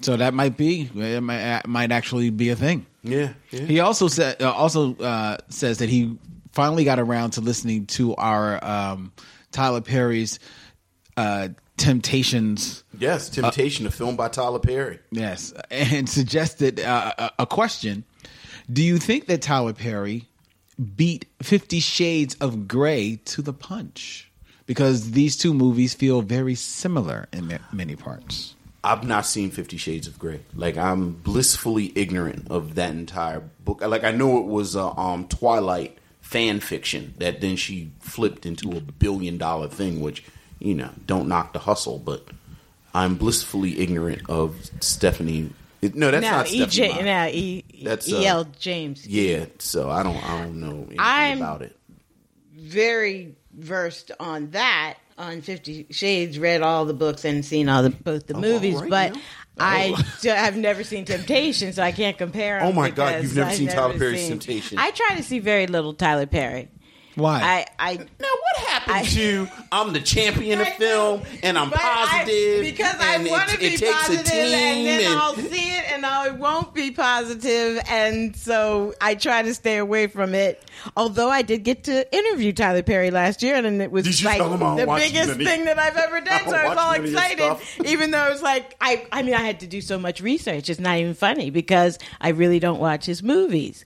S5: So that might be it might, it might actually be a thing.
S6: Yeah, yeah.
S5: He also said uh, also uh, says that he finally got around to listening to our um, Tyler Perry's uh, Temptations.
S6: Yes, Temptation, a film by Tyler Perry.
S5: Yes, and suggested uh, a- a question: Do you think that Tyler Perry beat Fifty Shades of Grey to the punch? Because these two movies feel very similar in ma- many parts.
S6: I've not seen Fifty Shades of Grey. Like I'm blissfully ignorant of that entire book. Like I know it was a um, Twilight fan fiction that then she flipped into a billion dollar thing. Which you know, don't knock the hustle, but I'm blissfully ignorant of Stephanie. it- No, that's
S7: now,
S6: not
S7: E.
S6: Stephanie.
S7: J.
S6: Meyer.
S7: Now, E.
S6: That's,
S7: E. L.
S6: uh,
S7: James.
S6: Yeah, so I don't, I don't know anything
S7: I'm-
S6: about it.
S7: very versed on that on 50 shades read all the books and seen all the both the movies
S6: all right,
S7: but
S6: Oh, yeah.
S7: I do- have never seen Temptation, so I can't compare. 'em
S6: Oh my God,
S7: because
S6: you've never
S7: I've
S6: seen Tyler Perry's Temptation.
S7: I try to see very little Tyler Perry.
S5: Why?
S7: I, I
S6: Now, what happened
S7: I-
S6: to I'm the champion of
S7: I know,
S6: film and I'm
S7: but I-
S6: positive
S7: because I
S6: and it-
S7: want to be
S6: it takes a
S7: positive, and then
S6: team and-
S7: I'll see it and I won't be positive, and so I try to stay away from it. Although I did get to interview Tyler Perry last year, and it was
S6: Did you
S7: like
S6: tell him I don't
S7: the
S6: watch
S7: biggest
S6: none of-
S7: thing that I've ever done.
S6: I don't
S7: So I was
S6: watch
S7: all
S6: none of your
S7: excited,
S6: stuff.
S7: even though it's like I. I mean, I had to do so much research. It's not even funny because I really don't watch his movies.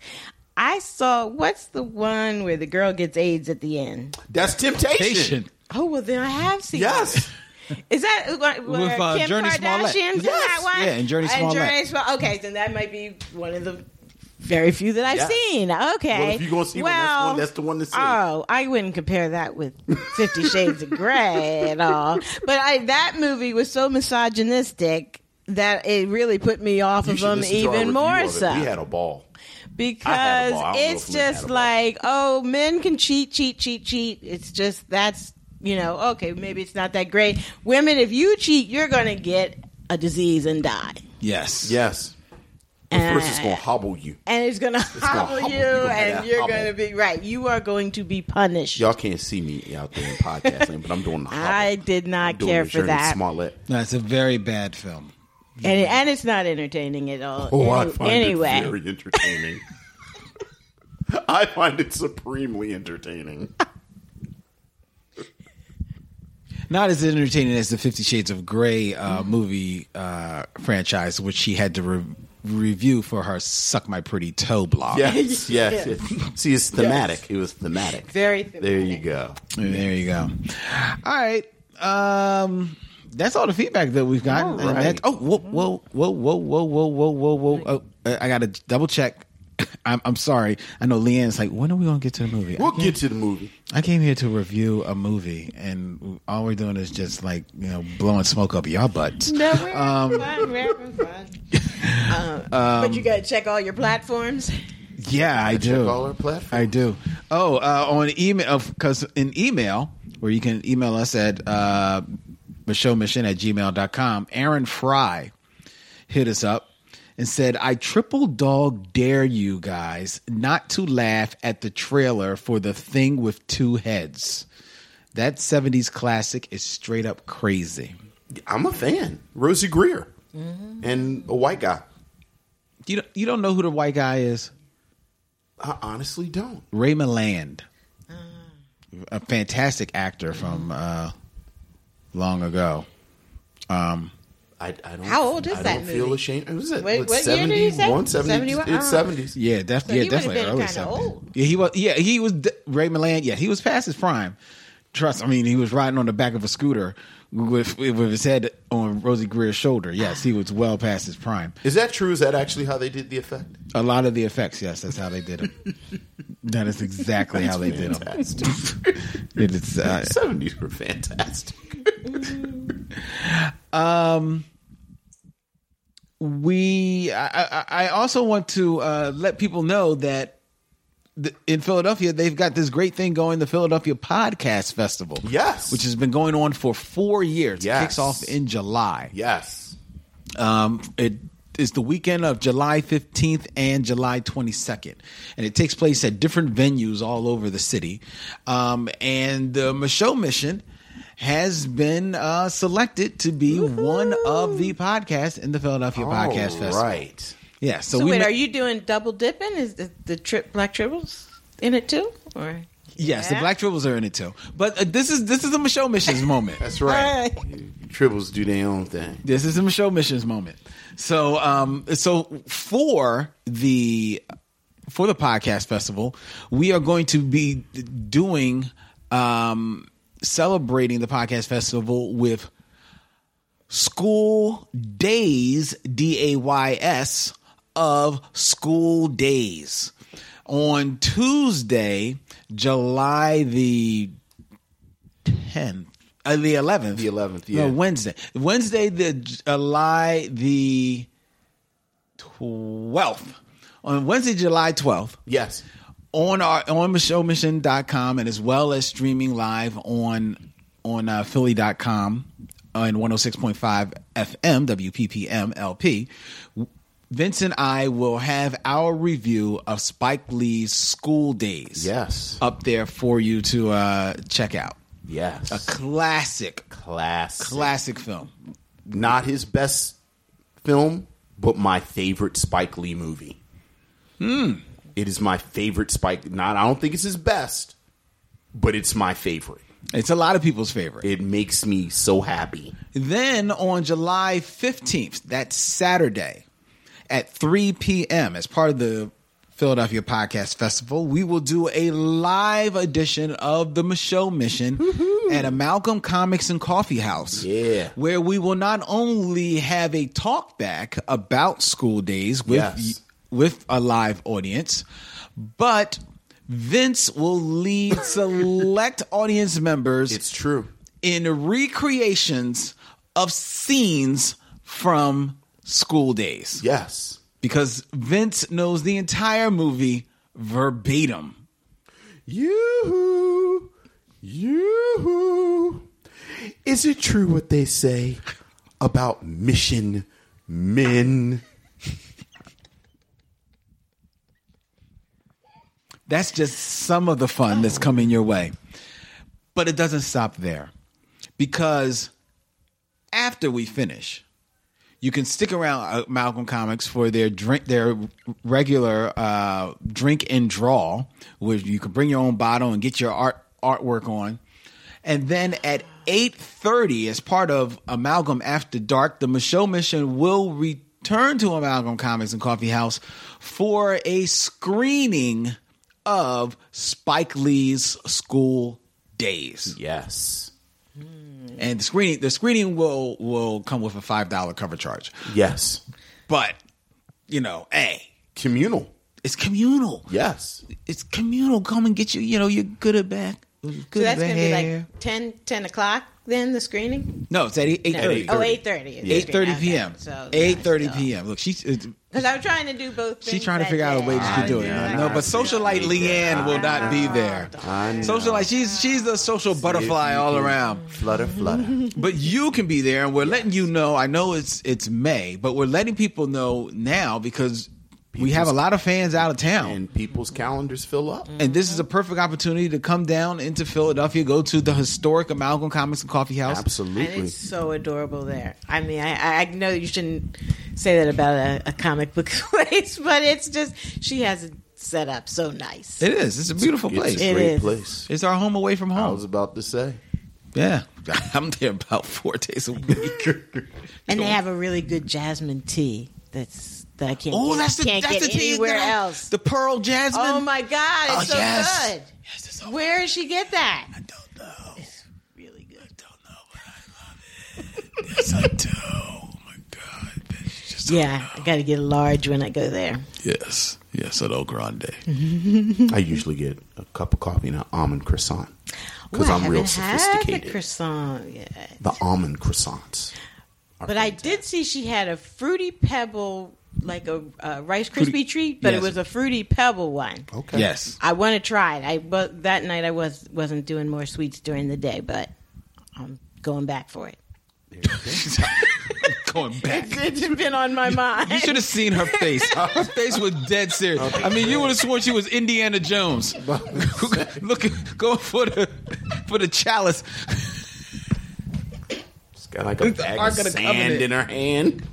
S7: I saw what's the one where the girl gets AIDS at the end.
S6: That's temptation.
S5: Temptation.
S7: Oh well, then I have seen.
S6: Yes.
S7: Is that wh- where
S5: With, uh,
S7: Kim
S5: Journey
S7: Kardashian
S5: Smollett.
S7: did that
S5: Yes.
S7: one?
S5: Yeah, and Journey Smollett.
S7: Small- okay, then that might be one of the very few that I've
S6: Yes.
S7: seen. Okay.
S6: Well, if you're gonna see one, that's one- that's the one to see.
S7: Oh, I wouldn't compare that with Fifty Shades of Grey at all. But I, that movie was so misogynistic that it really put me off
S6: You
S7: of
S6: should
S7: them
S6: listen to our
S7: even
S6: review
S7: more
S6: of it.
S7: so
S6: We had a ball. I had a
S7: because
S6: ball. I don't know
S7: it's
S6: if Lynn had a
S7: just
S6: ball.
S7: like oh men can cheat cheat cheat cheat it's just that's you know okay maybe it's not that great women if you cheat you're gonna get a disease and die
S5: Yes.
S6: Yes.
S7: And-
S6: The first is gonna hobble you.
S7: and it's gonna hobble
S6: hobble
S7: you
S6: you. You're gonna
S7: and
S6: get
S7: you're
S6: hobbled.
S7: gonna be right you are going to be punished
S6: Y'all can't see me out there in podcast land, but I'm doing the hobble.
S7: i did not
S6: I'm doing
S7: care
S6: the
S7: for
S6: Journey
S7: that
S6: Smollett.
S5: That's a very bad film.
S7: and, and it's not entertaining at all
S6: Oh, I
S7: Any-
S6: find
S7: anyway
S6: it very entertaining. I find it supremely entertaining.
S5: Not as entertaining as the Fifty Shades of Grey
S6: Mm-hmm.
S5: uh, movie uh, franchise, which she had to re- review for her "Suck My Pretty Toe" blog.
S6: Yes, yes. yes. See, it's thematic. It was thematic.
S7: very
S6: There you go.
S5: There you go. All right. Um that's all the feedback that we've gotten.
S6: All
S5: And
S6: right.
S5: that's- oh, whoa, whoa, whoa, whoa, whoa, whoa, whoa, whoa, whoa. Oh, I got to double check. I'm, I'm sorry. I know Leanne's like, when are we going to get to the movie? I
S6: We'll
S5: came-
S6: get to the movie.
S5: I came here to review a movie, and all we're doing is just like, you know, blowing smoke up y'all butts.
S7: No, we're
S6: Um,
S7: having fun. We're having fun. Uh, but you got to check all your platforms.
S5: Yeah, I do.
S6: all our platforms.
S5: Oh. I do. Oh, uh, on email, because in email, where you can email us at uh, Michelle Mission at gmail.com, Aaron Fry hit us up and said, I triple dog dare you guys not to laugh at the trailer for The Thing with Two Heads. That 70s classic is straight up crazy.
S6: I'm a fan. Rosie Greer
S5: Mm-hmm.
S6: and a white guy.
S5: You don't, you don't know who the white guy is?
S6: I honestly don't.
S5: Ray Land, a fantastic actor from uh, long ago. Um,
S6: I, I don't.
S7: How old is
S6: I
S7: that
S6: don't feel
S7: movie?
S6: ashamed. It was it?
S7: Wait,
S6: it's
S7: what year did you say?
S6: 71, 70,
S7: 71?
S6: It's
S7: Ah.
S6: seventies.
S5: yeah, def-
S7: So
S5: yeah,
S7: he would've
S5: definitely
S7: been
S5: early
S7: kinda
S5: 70s.
S7: old.
S5: Yeah, he was. Yeah, he was de- Ray Land. Yeah, he was past his prime. Trust. I mean, he was riding on the back of a scooter with with his head on Rosie Greer's shoulder. Yes, he was well past his prime.
S6: Is that true? Is that actually how they did the effect?
S5: A lot of the effects, yes, that's how they did them. that is exactly how they did them.
S6: Fantastic.
S5: It is, uh,
S6: Seventies were fantastic.
S5: we I, I I also want to uh, let people know that the, in Philadelphia they've got this great thing going the Philadelphia Podcast Festival.
S6: Yes.
S5: which has been going on for 4 years.
S6: Yes.
S5: It kicks off in July.
S6: Yes.
S5: Um it is the weekend of July 15th and July 22nd. And it takes place at different venues all over the city. Um and the Michelle Mission has been uh, selected to be one of the podcasts in the Philadelphia Podcast Festival.
S6: Right.
S5: Yeah. So,
S1: So,
S5: we
S1: wait,
S5: ma-
S1: are you doing double dipping? Is the, the trip black tribbles in it too? Or
S5: Yes, the Black Tribbles are in it too. But uh, this is this is a Michelle Missions moment.
S6: That's right. Tribbles do their own thing.
S5: This is a Michelle Missions moment. So, um, so for the for the podcast festival, we are going to be doing um, celebrating the podcast festival with school days d a y s of school days on Tuesday, July the tenth. Uh, the eleventh,
S6: The 11th,
S5: No,
S6: yeah.
S5: Wednesday, Wednesday, the July the twelfth. On Wednesday, July twelfth,
S6: Yes.
S5: on our on michellemission.com and as well as streaming live on on uh, philly.com and 106.5 FM WPPM LP. Vince and I will have our review of Spike Lee's School Days.
S6: Yes.
S5: Up there for you to uh, check out.
S6: Yes.
S5: A classic,
S6: class.
S5: classic film.
S6: Not his best film, but my favorite Spike Lee movie. Hmm. It is my favorite Spike. Not. I don't think it's his best, but it's my favorite.
S5: It's a lot of people's favorite.
S6: It makes me so happy.
S5: Then on July 15th, that's Saturday, at 3 p.m., as part of the Philadelphia Podcast Festival, we will do a live edition of the Michelle Mission at a Malcolm Comics and Coffee House.
S6: Yeah.
S5: Where we will not only have a talk back about school days with
S6: Yes.
S5: with a live audience, but Vince will lead select audience members
S6: It's true.
S5: in recreations of scenes from school days
S6: Yes.
S5: because Vince knows the entire movie verbatim.
S6: Yoo-hoo. Yoo-hoo. Is it true what they say about mission men?
S5: That's just some of the fun that's coming your way. But it doesn't stop there because after we finish, you can stick around uh, Malcolm Comics for their drink, their regular uh, drink and draw, where you can bring your own bottle and get your art artwork on. And then at eight thirty, as part of Amalgam After Dark, the Michelle Mission will return to Amalgam Comics and Coffee House for a screening of Spike Lee's School Days.
S6: Yes.
S5: And the screening the screening will will come with a five dollar cover charge.
S6: Yes.
S5: But you know, hey,
S6: Communal.
S5: it's communal.
S6: Yes.
S5: It's communal. Come and get you, you know, your good or bad. Good
S7: So that's going to be
S5: behavior.
S7: like 10, 10 o'clock then, the screening?
S5: No, it's at eight thirty.
S7: Oh, 8.30.
S5: Eight thirty p.m. Eight thirty p.m. Look, she's it's-
S7: Because I'm trying to do both
S5: she's trying to figure out a way she could do it. No, but socialite Leanne will not be
S7: Oh,
S5: there. Socialite, she's she's a social butterfly all around.
S6: Flutter, flutter.
S5: But you can be there, and we're letting you know. I know it's it's May, but we're letting people know now because we have a lot of fans out of town.
S6: and people's calendars fill up.
S7: Mm.
S5: And this is a perfect opportunity to come down into Philadelphia, go to the historic Amalgam Comics and Coffee House.
S6: Absolutely.
S7: And it's so adorable there. I mean, I, I know you shouldn't say that about a, a comic book place, but it's just she has it set up so nice.
S5: It is. It's a beautiful place.
S6: It's
S5: It's,
S6: a great
S7: is.
S6: place.
S5: our home away from
S6: I
S5: home.
S6: was about to say.
S5: yeah. I'm there about four days a week.
S7: and they have a really good jasmine tea that's that I can't.
S5: oh,
S7: get,
S5: that's the
S7: can't
S5: that's
S7: get
S5: the tea
S7: anywhere
S5: that I-
S7: else.
S5: The Pearl Jasmine.
S7: oh my god,
S5: Oh,
S7: it's so
S5: yes.
S7: good.
S5: Yes, it's all-
S7: Where does she get that?
S5: I don't know.
S7: Really good.
S5: Don't know, but I love it. Yes, I do. Oh my god. bitch, just don't
S7: Yeah, I got to get large when I go there.
S5: Yes. Yes, at El Grande.
S6: I usually get a cup of coffee and an almond croissant because
S7: Ooh, I
S6: I'm real
S7: haven't had the
S6: sophisticated. The,
S7: croissant yet.
S6: almond croissants. are
S7: But I
S5: uh,
S7: did see she had a fruity pebble, like a uh, Rice
S5: Fruity-
S7: Krispie treat, but
S5: yes.
S7: it was a fruity pebble one.
S6: Okay.
S5: Yes.
S7: I want to try it. I but that night I was wasn't doing more sweets during the day, but I'm going back for it.
S5: Going back.
S7: It's been on my
S5: You
S7: mind.
S5: should have seen her face. Her face was dead serious. I mean, you would have sworn she was Indiana Jones, looking, going for the for the chalice.
S6: Got like a
S5: It's
S6: bag
S5: the Ark
S6: of
S5: of the
S6: sand
S5: Covenant.
S6: in her hand.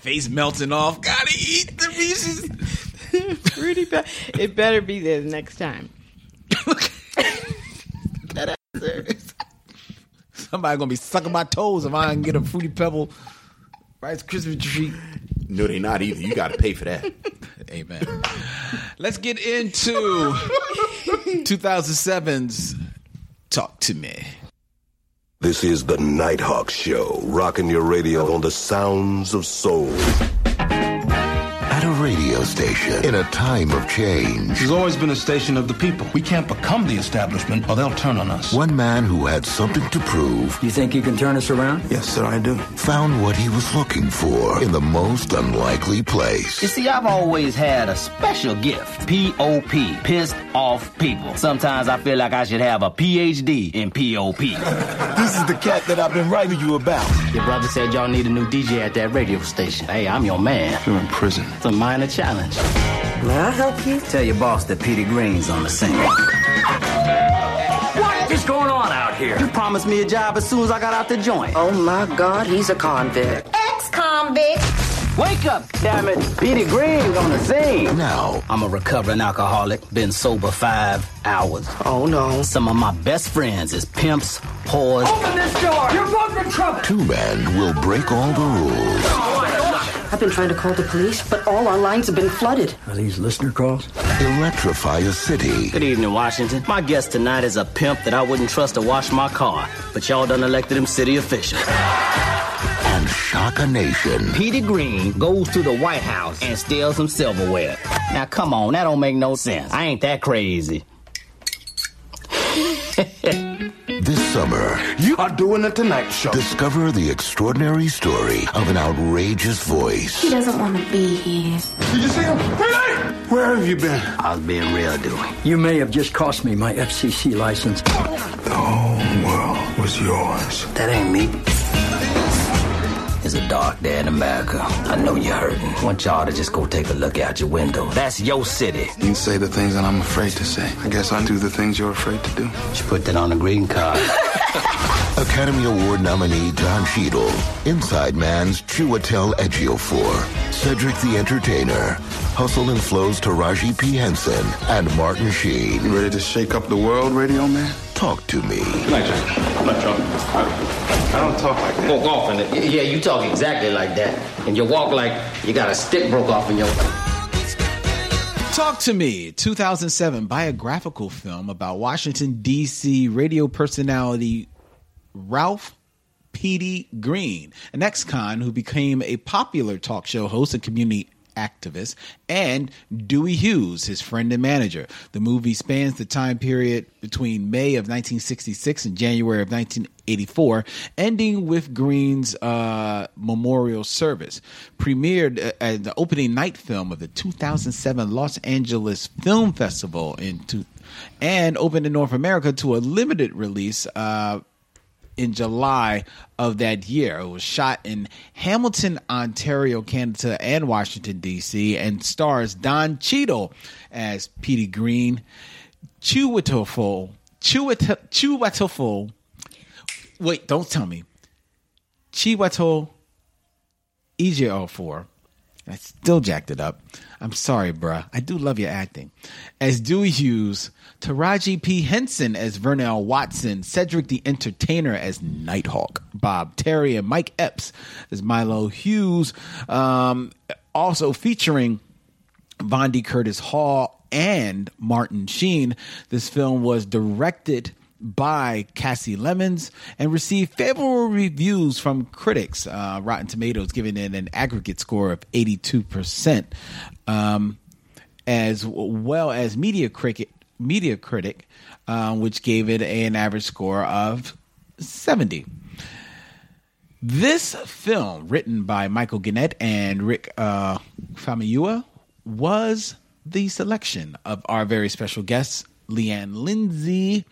S5: Face melting off. Gotta eat the pieces.
S7: Fruity Pe- It better be this next time.
S5: Somebody gonna be sucking my toes if I can get a fruity pebble Rice Krispie treat.
S6: No, they not either. You got to pay for that.
S5: Amen. Let's get into 2007's Talk to Me.
S8: This is the Nighthawk Show, rocking your radio on the sounds of soul. At a radio station in a time of change,
S9: There's always been a station of the people. We can't become the establishment or they'll turn on us.
S8: one man who had something to prove
S10: You think you can turn us around?
S9: Yes, sir, I do.
S8: found what he was looking for in the most unlikely
S10: You
S8: place.
S10: see, I've always had a special gift. P.O.P. Pissed off people. Sometimes I feel like I should have a PhD in P.O.P.
S9: This is the cat that I've been writing you about.
S10: your brother said y'all need a new DJ at that radio station. Hey, I'm your man.
S9: You're in prison.
S10: It's a minor challenge. Will I help you? Tell your boss that Petey Green's on the scene. What is going on out here? You promised me a job as soon as I got out the joint.
S2: Oh my God, he's a convict.
S11: Ex-convict.
S10: Wake up, damn it. Petey Green's on the scene.
S8: Now,
S10: I'm a recovering alcoholic, been sober five hours.
S2: Oh no.
S10: Some of my best friends is pimps, whores. Open this door! You're for trouble!
S8: two men will break all the rules
S2: I've been trying to call the police, but all our lines have been flooded.
S10: Are these listener calls?
S8: electrify a city,
S10: Good evening, Washington. My guest tonight is a pimp that I wouldn't trust to wash my car, but y'all done elected him city official.
S8: and shock a nation.
S10: Petey Green goes to the White House and steals some silverware. Now, come on, that don't make no sense. I ain't that crazy.
S8: This summer,
S9: You are doing the Tonight Show.
S8: discover the extraordinary story of an outrageous voice.
S11: He doesn't want to be here.
S9: Did you see him? Where have you been?
S10: I was being real, dude.
S9: You may have just cost me my FCC license. The whole world was yours.
S10: That ain't me. It's a dark day in America. I know you're hurting. Want y'all to just go take a look out your window. That's your city.
S9: You say the things that I'm afraid to say. I guess I do the things you're afraid to do.
S10: She put that on a green card.
S8: Academy Award nominee Don Cheadle, Inside Man's Chiwetel Ejiofor, Cedric the Entertainer, Hustle and Flow's Taraji P. Henson, and Martin Sheen.
S9: You ready to shake up the world, radio man?
S8: Talk to me.
S9: I don't talk like that.
S10: Go golfing. Yeah, you talk exactly like that. And you walk like you got a stick broke off in your.
S5: Talk to Me, 2007 biographical film about Washington, D.C. radio personality Ralph Petey Green, an ex con who became a popular talk show host and community activist, and Dewey Hughes, his friend and manager. The movie spans the time period between May of 1966 and January of 1984, ending with Green's uh, memorial service. Premiered uh, as the opening night film of the 2007 Los Angeles Film Festival in two, and opened in North America to a limited release. Uh, in July of that year. It was shot in Hamilton, Ontario, Canada, and Washington, D.C., and stars Don Cheadle as Petey Green, Chiwetel, Chiwetel, Chiwetel. Wait, don't tell me. Chiwetel E EGL4. I still jacked it up. I'm sorry, bruh. I do love your acting. As Dewey Hughes, Taraji P. Henson as Vernell Watson, Cedric the Entertainer as Nighthawk, Bob Terry and Mike Epps as Milo Hughes, um, also featuring Vondi Curtis Hall and Martin Sheen. This film was directed by Cassie Lemons and received favorable reviews from critics. Uh, Rotten Tomatoes giving it an aggregate score of 82%, um, as well as Media Critic, Media Critic uh, which gave it an average score of 70. This film, written by Michael Gannett and Rick uh, Famuyiwa, was the selection of our very special guest, Leanne Lindsay.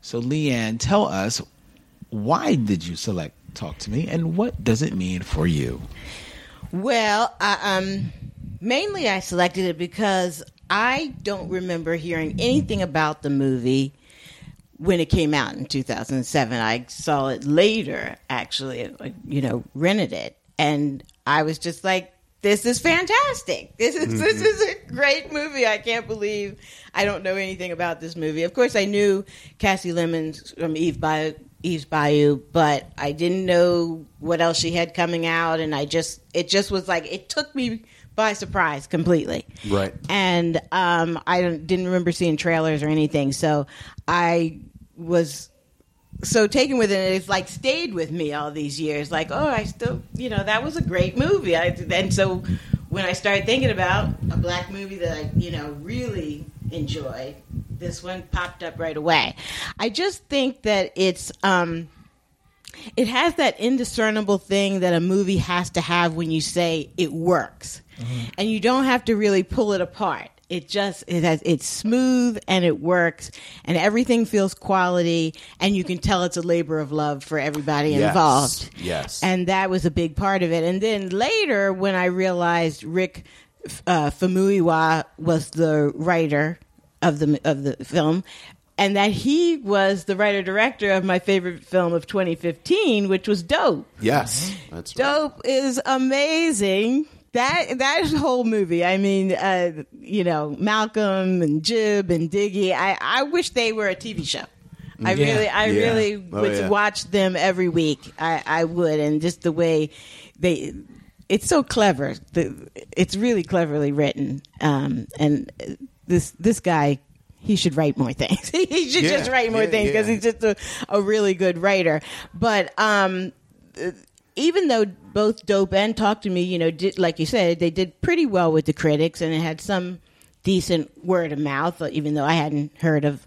S5: So, Leanne, tell us why did you select Talk to Me, and what does it mean for you?
S7: Well, I, um, mainly I selected it because I don't remember hearing anything about the movie when it came out in 2007. I saw it later, actually, uh, you know, rented it. And I was just like, this is fantastic. This is this is a great movie. I can't believe I don't know anything about this movie. Of course, I knew Cassie Lemons from Eve Bayou, Eve's Bayou, but I didn't know what else she had coming out, and I just it just was like it took me by surprise completely.
S6: Right.
S7: And um, I don't- didn't remember seeing trailers or anything, so I was so taken with it. and It's like stayed with me all these years. Like, oh, I still, you know, that was a great movie. I, and so when I started thinking about a black movie that I, you know, really enjoyed, this one popped up right away. I just think that it's. Um, it has that indiscernible thing that a movie has to have when you say it works
S6: Mm-hmm.
S7: and you don't have to really pull it apart it just it has it's smooth and it works and everything feels quality and you can tell it's a labor of love for everybody
S6: Yes.
S7: involved
S6: Yes.
S7: and that was a big part of it and then later when i realized rick uh, famuyiwa was the writer of the of the film and that he was the writer director of my favorite film of 2015 which was dope
S6: Yes. That's right.
S7: Dope is amazing. That that whole movie. I mean, uh, you know, Malcolm and Jib and Diggy. I, I wish they were a TV show. I
S5: Yeah.
S7: really, I
S6: Yeah.
S7: really
S6: Oh,
S7: would
S6: yeah.
S7: watch them every week. I, I would, and just the way they, it's so clever. The, it's really cleverly written. Um, and uh, this this guy, he should write more things. he should
S6: Yeah.
S7: just write more
S6: Yeah,
S7: things because
S6: yeah.
S7: he's just a, a really good writer. But um, even though both Dope and Talk to Me, you know, did like you said, they did pretty well with the critics, and it had some decent word of mouth. Even though I hadn't heard of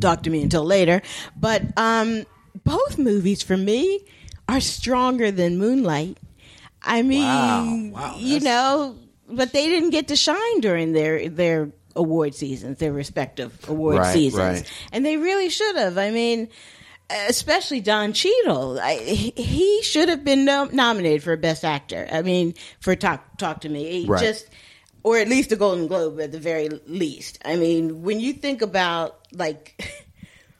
S7: Talk to Me until later, but um, both movies for me are stronger than Moonlight. I mean, you know, but they didn't get to shine during their their award seasons, their respective award
S6: Right,
S7: seasons,
S6: right.
S7: and they really should have. I mean especially Don Cheadle. I, he- he should have been nom- nominated for Best Actor. I mean, for Talk Talk to Me, He
S6: Right.
S7: just or at least a Golden Globe at the very least. I mean, when you think about like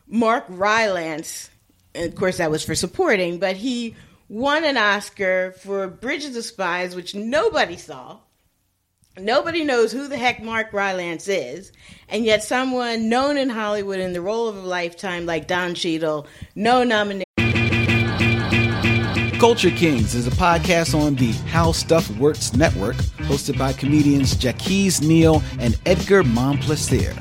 S7: Mark Rylance, and of course that was for supporting, but he won an Oscar for Bridges of Spies, which nobody saw. Nobody knows who the heck Mark Rylance is, and yet someone known in Hollywood in the role of a lifetime like Don Cheadle, no nomination.
S5: Culture Kings is a podcast on the How Stuff Works Network, hosted by comedians Jackie's Neal and Edgar Monplaisir.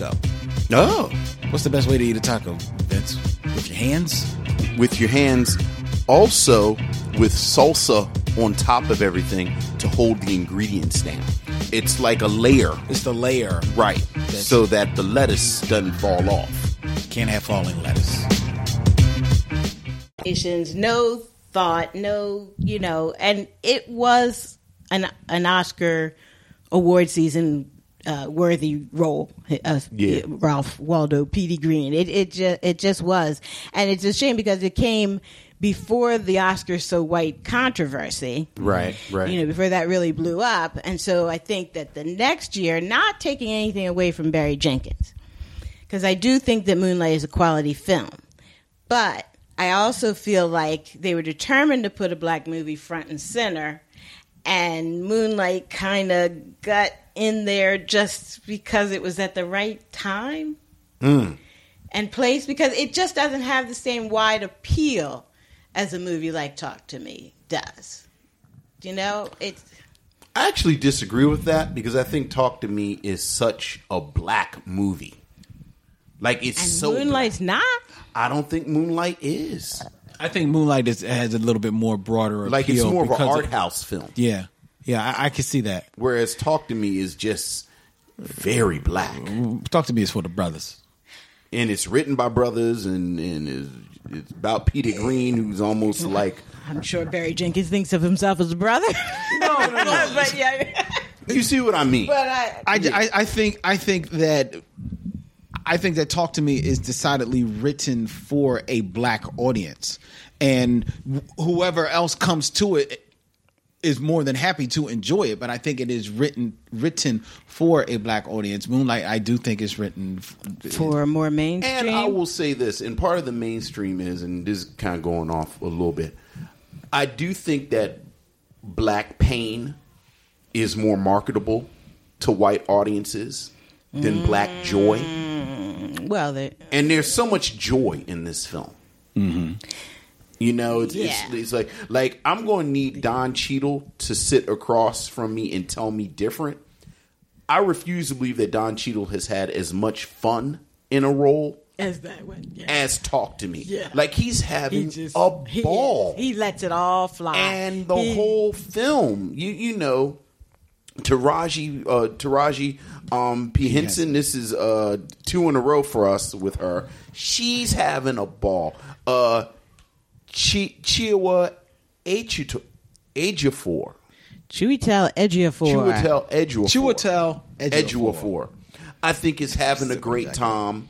S6: No.
S5: What's the best way to eat a taco, Vince? With your hands?
S6: with your hands, also with salsa on top of everything to hold the ingredients down. It's like a layer,
S5: It's the layer.
S6: right? So that the lettuce doesn't fall off.
S5: Can't have falling lettuce.
S7: no thought, no, you know, and it was an an Oscar award season uh, worthy role of
S6: Yeah.
S7: Ralph Waldo P.D. Green. It it just it just was, and it's a shame because it came before the Oscar so white controversy,
S6: Right, right.
S7: you know, before that really blew up. And so I think that the next year, not taking anything away from Barry Jenkins, because I do think that Moonlight is a quality film. But I also feel like they were determined to put a black movie front and center, and Moonlight kind of got in there just because it was at the right time and place because it just doesn't have the same wide appeal as a movie like Talk to Me does. You know, it's
S6: I actually disagree with that because I think Talk to Me is such a black movie. Like it's
S7: and
S6: so.
S7: Moonlight's not.
S6: black. I don't think Moonlight is.
S5: I think Moonlight is, has a little bit more broader appeal.
S6: Like it's more of an
S5: because
S6: art house film,
S5: Yeah. Yeah, I, I can see that.
S6: whereas Talk to Me is just very black.
S5: Talk to me is for the brothers.
S6: and it's written by brothers, and and is it's about Peter Green, who's almost like
S7: I'm sure Barry Jenkins thinks of himself as a brother. no, but, but yeah.
S6: you see what I mean.
S7: But uh, I,
S5: I, I, I think I think that I think that Talk to Me is decidedly written for a black audience, and wh- whoever else comes to it is more than happy to enjoy it. But I think it is written written for a black audience. Moonlight, I do think is written f-
S7: for more mainstream.
S6: And I will say this, and part of the mainstream is, and this is kind of going off a little bit. I do think that black pain is more marketable to white audiences than black joy,
S7: well, they,
S6: and there's so much joy in this film. You know, it's, it's,
S7: Yeah.
S6: it's like like I'm going to need Don Cheadle to sit across from me and tell me different. I refuse to believe that Don Cheadle has had as much fun in a role
S7: as that one, yeah.
S6: as talk to me.
S7: Yeah.
S6: Like he's having
S7: He just-
S6: a
S7: he-
S6: ball.
S7: He, lets it all fly.
S6: and the
S7: He-
S6: whole film, you you know, Taraji uh Taraji um P Henson, this is uh two in a row for us with her. She's having a ball. Uh Chi Chiwa Ejiofor. Ejiofor.
S7: Chiwetel Ejiofor.
S6: Chiwetel Ejiofor.
S5: Chiwetel Ejiofor.
S6: Ejiofor. I think is having a great time.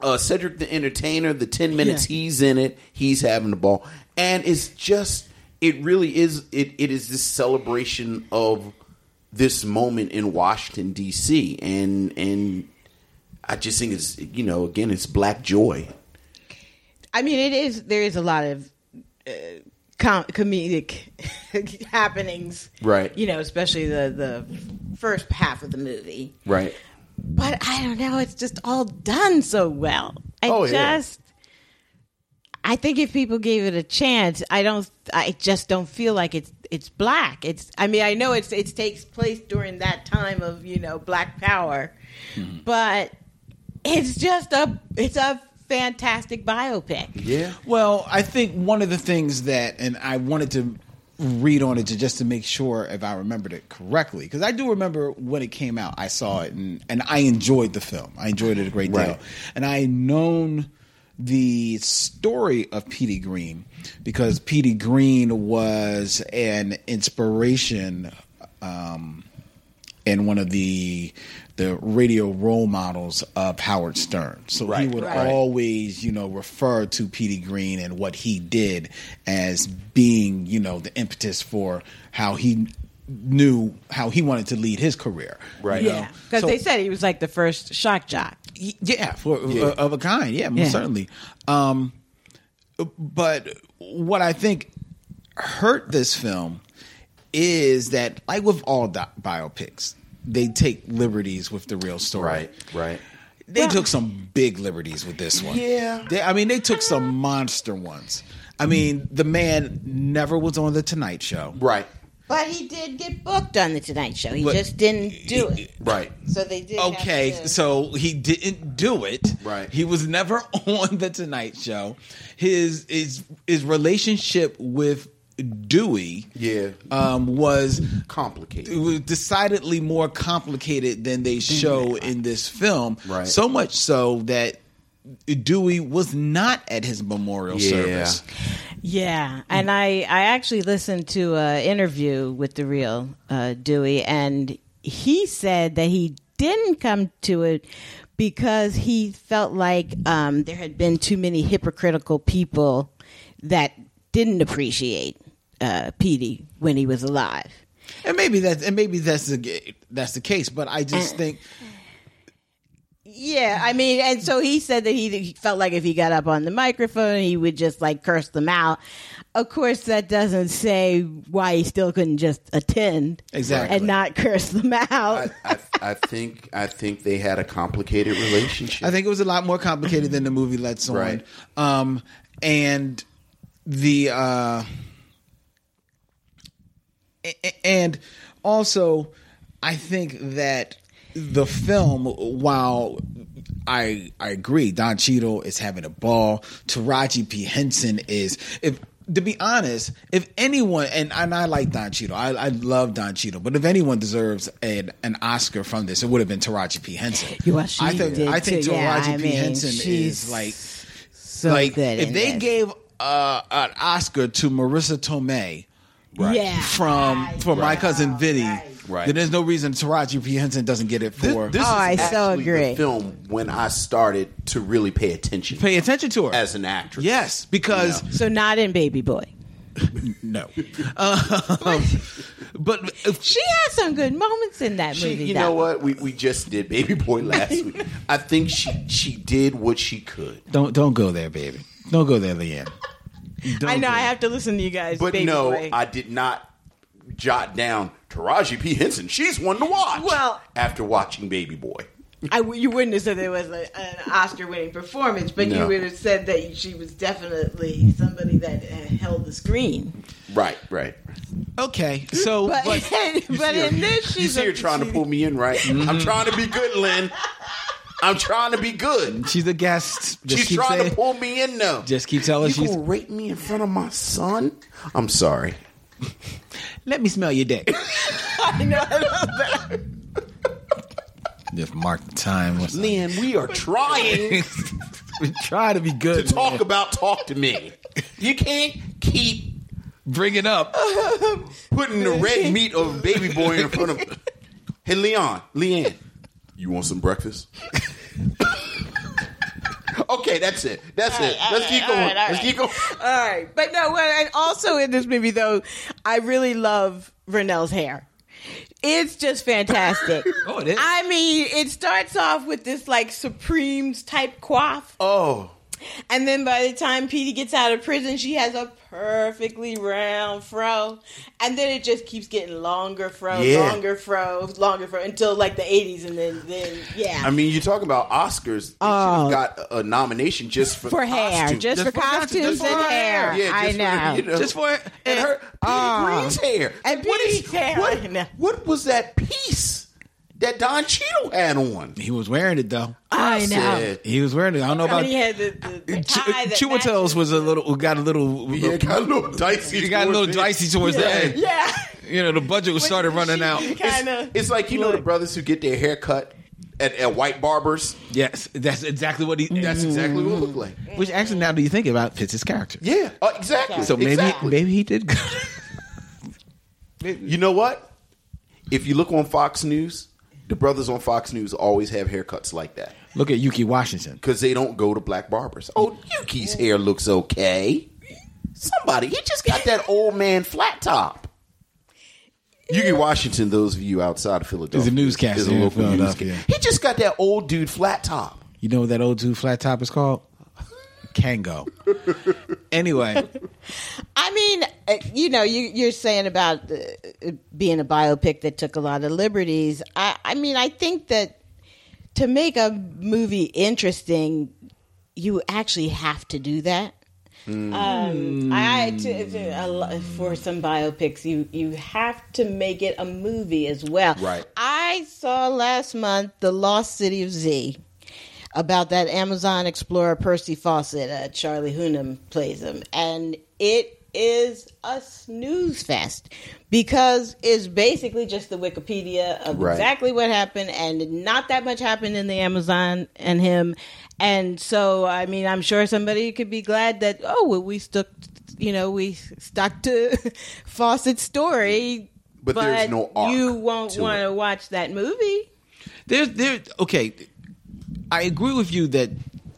S6: Uh, Cedric the Entertainer, the 10 minutes
S7: Yeah.
S6: he's in it, he's having the ball. And it's just, it really is, it, it is this celebration of this moment in Washington, D.C. And, and I just think it's, you know, again, it's black joy.
S7: I mean, it is. There is a lot of uh, com- comedic happenings,
S6: Right.
S7: You know, especially the the first half of the movie.
S6: Right.
S7: But I don't know. It's just all done so well. I
S6: Oh, yeah.
S7: just. I think if people gave it a chance, I don't. I just don't feel like it's it's black. It's. I mean, I know it's it takes place during that time of you know Black Power, but it's just a it's a fantastic biopic.
S6: Yeah.
S5: Well, I think one of the things that, and I wanted to read on it to, just to make sure if I remembered it correctly, because I do remember when it came out, I saw it and, and I enjoyed the film. I enjoyed it a great
S6: Right.
S5: deal. And I had known the story of Petey Green because Petey Green was an inspiration. Um, and one of the the radio role models of Howard Stern. So he
S6: Right,
S5: would
S6: right.
S5: always, you know, refer to Petey Green and what he did as being, you know, the impetus for how he knew how he wanted to lead his career. Right.
S7: Yeah, because they said he was like the first shock jock.
S5: yeah, for uh, of a kind. Yeah, most
S7: Yeah.
S5: certainly. Um, but what I think hurt this film is that, like with all di- biopics, they take liberties with the real story.
S6: Right.
S5: They took some big liberties with this one.
S6: Yeah.
S5: They, I mean, they took some monster ones. I mean, the man never was on the Tonight Show.
S6: Right.
S7: But he did get booked on the Tonight Show. He
S5: But-
S7: just didn't do it.
S6: Right.
S7: So they did. have
S5: Okay,
S7: to-
S5: so he didn't do it.
S6: Right.
S5: He was never on the Tonight Show. His his his relationship with Dewey
S6: Yeah.
S5: um, was
S6: Complicated.
S5: it was decidedly more complicated than they show in this film.
S6: Right.
S5: So much so that Dewey was not at his memorial
S6: Yeah.
S5: service.
S7: Yeah, and I I actually listened to an interview with the real uh, Dewey, and he said that he didn't come to it because he felt like um, there had been too many hypocritical people that didn't appreciate uh, Petey when he was alive.
S5: And maybe that's and maybe that's the that's the case. But I just think
S7: Yeah, I mean, and so he said that he, he felt like if he got up on the microphone, he would just like curse them out. Of course, that doesn't say why he still couldn't just attend
S5: Exactly.
S7: and not curse them out.
S6: I, I, I think I think they had a complicated relationship.
S5: I think it was a lot more complicated than the movie lets on.
S6: Right.
S5: Um, and the uh, a- a- and also, I think that the film, while I I agree, Don Cheadle is having a ball. Taraji P Henson is if to be honest, if anyone and, and I like Don Cheadle, I, I love Don Cheadle, but if anyone deserves an, an Oscar from this, it would have been Taraji P Henson.
S7: Yeah, well, she
S5: I think
S7: did
S5: I think
S7: too.
S5: Taraji
S7: Yeah, I
S5: P
S7: mean,
S5: Henson
S7: she's
S5: is like
S7: so
S5: like
S7: good
S5: if
S7: in
S5: they
S7: this.
S5: gave uh, an Oscar to Marissa Tomei.
S7: Right. Yeah.
S5: from from my cousin Vinny.
S6: Right.
S5: Then there's no reason Taraji P Henson doesn't get it for.
S6: This
S7: Oh, I
S6: is
S7: so
S6: actually
S7: agree.
S6: The film when I started to really pay attention,
S5: pay attention to her
S6: as an actress.
S5: Yes, because
S6: You
S7: So not in Baby Boy.
S5: no, Um, but if
S7: She has some good moments in that
S6: She,
S7: movie.
S6: you
S7: though.
S6: know what? We we just did Baby Boy last week. I think she she did what she could.
S5: Don't don't go there, baby. Don't go there, Leanne.
S7: I know I have to listen to you guys.
S6: But
S7: Baby
S6: no,
S7: Boy.
S6: I did not jot down Taraji P Henson. She's one to watch.
S7: Well-
S6: after watching Baby Boy,
S7: I, you wouldn't have said there was a, an Oscar-winning performance, but you
S6: No.
S7: would have said that she was definitely somebody that uh, held the screen.
S6: right, right.
S5: Okay, so
S7: But, but, in this, she's
S6: You see,
S7: a-
S6: you're trying to
S7: she- Mm-hmm.
S6: pull me in, right? I'm trying to be good, Lynn. I'm trying to be good.
S5: she's a guest. Just
S6: She's
S5: keep
S6: trying
S5: saying,
S6: to pull me in, though.
S5: Just keep telling
S6: you
S5: she's-
S6: gonna rape me in front of my son? I'm sorry.
S5: Let me smell your dick.
S7: I know, I love that.
S5: Just mark the time. What's
S6: Lynn, we are trying
S5: Try to be
S6: to
S5: good.
S6: talk
S5: man.
S6: about talk to me. You can't keep
S5: Bring it up.
S6: putting the red meat of baby boy in front of. Hey, Leon, Leanne, you want some breakfast? okay, that's it. That's it. Let's keep going. Let's keep going.
S7: All right, but no. What, and also in this movie, though, I really love Vernell's hair. It's just fantastic.
S5: Oh, it is.
S7: I mean, it starts off with this like Supremes type coif,
S6: Oh,
S7: and then by the time Petey gets out of prison, she has a perfectly round fro, and then it just keeps getting longer fro,
S6: Yeah.
S7: longer fro, longer fro until like the eighties, and then then yeah.
S6: I mean, you're talking about Oscars. They
S7: Oh.
S6: should have got a nomination just for
S7: for hair,
S6: costume.
S7: just, for costumes
S5: just for
S7: and hair.
S5: hair.
S6: Yeah, just
S7: I know. Oh.
S6: For, you know,
S5: Just for it.
S6: and her Green's hair.
S7: And Petey's hair, I know.
S6: What, what was that piece that Don Cheadle had on?
S5: He was wearing it though.
S7: I know.
S6: Said,
S5: He was wearing it. I don't know about.
S7: And he
S6: uh,
S7: had the, the, the tie that
S5: Chiwetel's
S7: matches.
S5: was a little. Got a little.
S6: yeah, it got a little dicey.
S5: It got a
S6: towards
S5: little
S6: the-
S5: dicey towards the end.
S7: Yeah.
S5: You know, the budget was started running out.
S7: Kind of.
S6: It's like you know the brothers who get their hair cut at, at white barbers.
S5: Yes, that's exactly what he.
S6: That's exactly what it
S5: Mm.
S6: looked like.
S5: Which actually, now that you think about, it, fits his character.
S6: Yeah, uh, exactly.
S5: So maybe
S6: Exactly.
S5: maybe he did. good.
S6: you know what? If you look on Fox News, the brothers on Fox News always have haircuts like that
S5: Look at Yuki Washington.
S6: because they don't go to black barbers. Oh, Yuki's hair looks okay. Somebody, he just got that old man flat top. Yuki Washington, those of you outside of Philadelphia,
S5: newscaster
S6: is a
S5: here in
S6: local
S5: Philadelphia.
S6: newscaster. He just got that old dude flat top.
S5: You know what that old dude flat top is called? Kango. anyway,
S7: I mean, uh, you know, you, you're saying about uh, uh, being a biopic that took a lot of liberties. I, I mean, I think that to make a movie interesting, you actually have to do that. Um, I to, to, a lo- for some biopics, you you have to make it a movie as well.
S6: Right.
S7: I saw last month the Lost City of Z about that Amazon explorer Percy Fawcett. Uh, Charlie Hunnam plays him, and it is a snooze fest because it's basically just the Wikipedia of
S6: Right.
S7: exactly what happened, and not that much happened in the Amazon and him. And so, I mean, I'm sure somebody could be glad that oh, well, we stuck, you know, we stuck to Fawcett's story.
S6: But there's no arc
S7: you won't
S6: to
S7: want
S6: it.
S7: to watch that movie.
S5: there's there. Okay, I agree with you that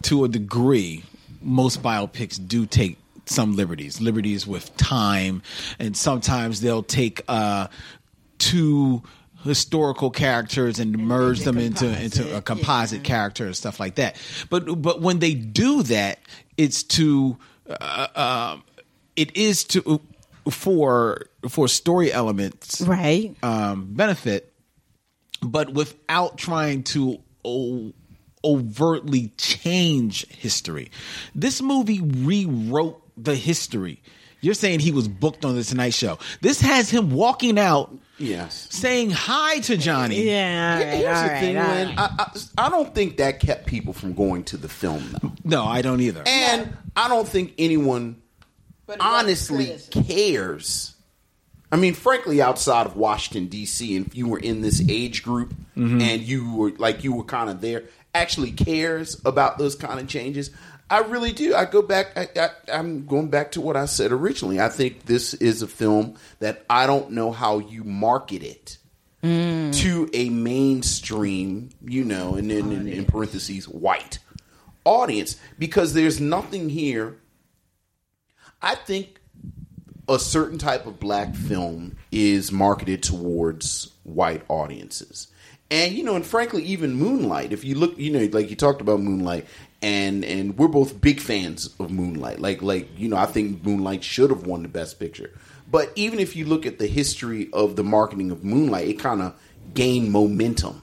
S5: to a degree, most biopics do take some liberties, liberties with time, and sometimes they'll take uh, two historical characters and merge them into into a composite character and stuff like that. But but when they do that, it's to uh, um, it is to for for story elements
S7: Right.
S5: um, benefit, but without trying to o- overtly change history. This movie rewrote the history. You're saying he was booked on the Tonight Show. This has him walking out
S6: Yes.
S5: saying hi to Johnny.
S7: Yeah. all right,
S6: Here's
S7: all
S6: the
S7: right,
S6: thing,
S7: all
S6: Lynn.
S7: right.
S6: I, I, I don't think that kept people from going to the film, though.
S5: No, I don't either.
S6: And I don't think anyone honestly cares. I mean, frankly, outside of Washington D.C., and if you were in this age group
S12: Mhm.
S6: and you were like you were kind of there, actually cares about those kind of changes. I really do. I go back. I, I, I'm going back to what I said originally. I think this is a film that I don't know how you market it to a mainstream, you know, and then in, in parentheses, white audience, because there's nothing here. I think a certain type of black film is marketed towards white audiences. And you know, and frankly, even Moonlight. If you look, you know, like you talked about Moonlight, and and we're both big fans of Moonlight. Like like you know, I think Moonlight should have won the Best Picture. But even if you look at the history of the marketing of Moonlight, it kind of gained momentum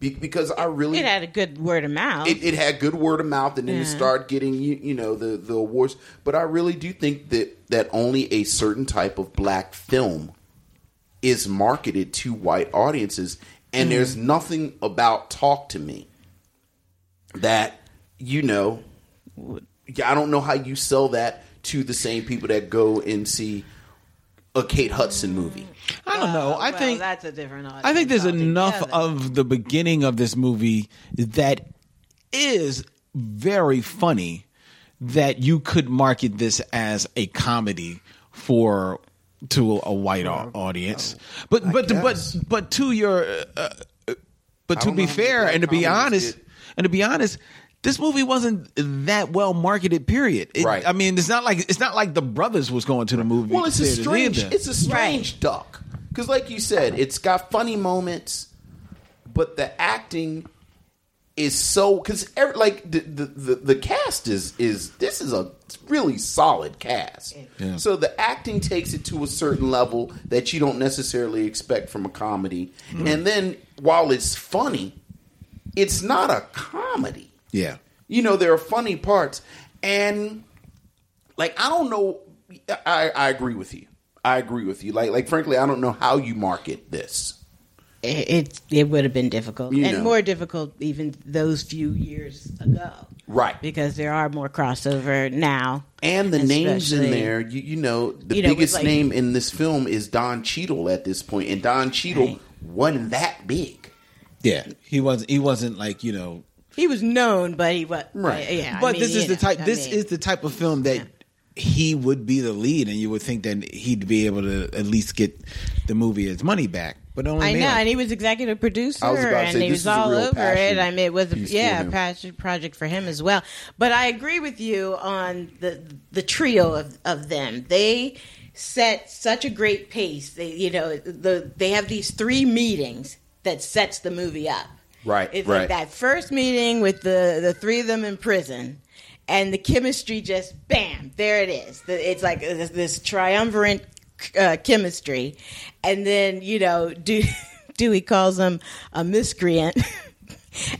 S6: Be- because I really
S7: It had a good word of mouth.
S6: it, it had good word of mouth, and then it
S7: Yeah.
S6: started getting you, you know the the awards. But I really do think that that only a certain type of black film is marketed to white audiences, and
S12: Mm.
S6: there's nothing about Talk to Me that you know. yeah, I don't know how you sell that to the same people that go and see a Kate Hudson movie.
S5: I don't know. I
S7: uh, well,
S5: think
S7: that's a different audience.
S5: I think there's enough of the beginning of this movie that is very funny that you could market this as a comedy for to a white au- audience. But but but but to your uh, uh, but to be fair and to be honest and to be honest this movie wasn't that well marketed. Period. right. I mean, it's not like it's not like the brothers was going to the movie.
S6: Well, it's a
S5: theaters
S6: strange,
S5: either.
S6: it's a strange duck because, like you said, it's got funny moments, but the acting is so because like the, the the the cast is is this is a really solid cast.
S12: Yeah.
S6: So the acting takes it to a certain level that you don't necessarily expect from a comedy,
S12: Mhm.
S6: and then while it's funny, it's not a comedy
S5: yeah.
S6: you know there are funny parts and like i don't know i i agree with you i agree with you like like frankly i don't know how you market this
S7: it it, it would have been difficult
S6: You
S7: and
S6: know.
S7: more difficult even those few years ago,
S6: right
S7: because there are more crossover now.
S6: and the names in
S7: especially-
S6: there you, you know the
S7: You know, with,
S6: biggest
S7: like-
S6: name in this film is don Cheadle at this point and don Cheadle wasn't that big
S5: yeah he wasn't he wasn't like you know
S7: He was known, but he was
S5: Right.
S7: Yeah, I
S5: but
S7: mean,
S5: this
S7: you
S5: is the
S7: know,
S5: type.
S7: I
S5: this
S7: mean,
S5: is the type of film that he would be the lead, and you would think that he'd be able to at least get the movie its money back. But it only
S7: I
S5: made
S7: know,
S5: like-
S7: and he was executive producer,
S5: I was about to
S7: and
S5: say,
S7: he
S5: this
S7: was
S5: is a
S7: all
S5: real
S7: over it.
S5: passion
S7: I mean, it was a
S5: piece for
S7: yeah,
S5: him.
S7: passion project for him as well. But I agree with you on the the trio of of them. They set such a great pace. They you know the they have these three meetings that sets the movie up.
S6: right
S7: It's
S6: right
S7: like that first meeting with the the three of them in prison, and the chemistry just bam, there it is. The- It's like this, this triumvirate uh, chemistry, and then you know, De- Dewey calls him a miscreant.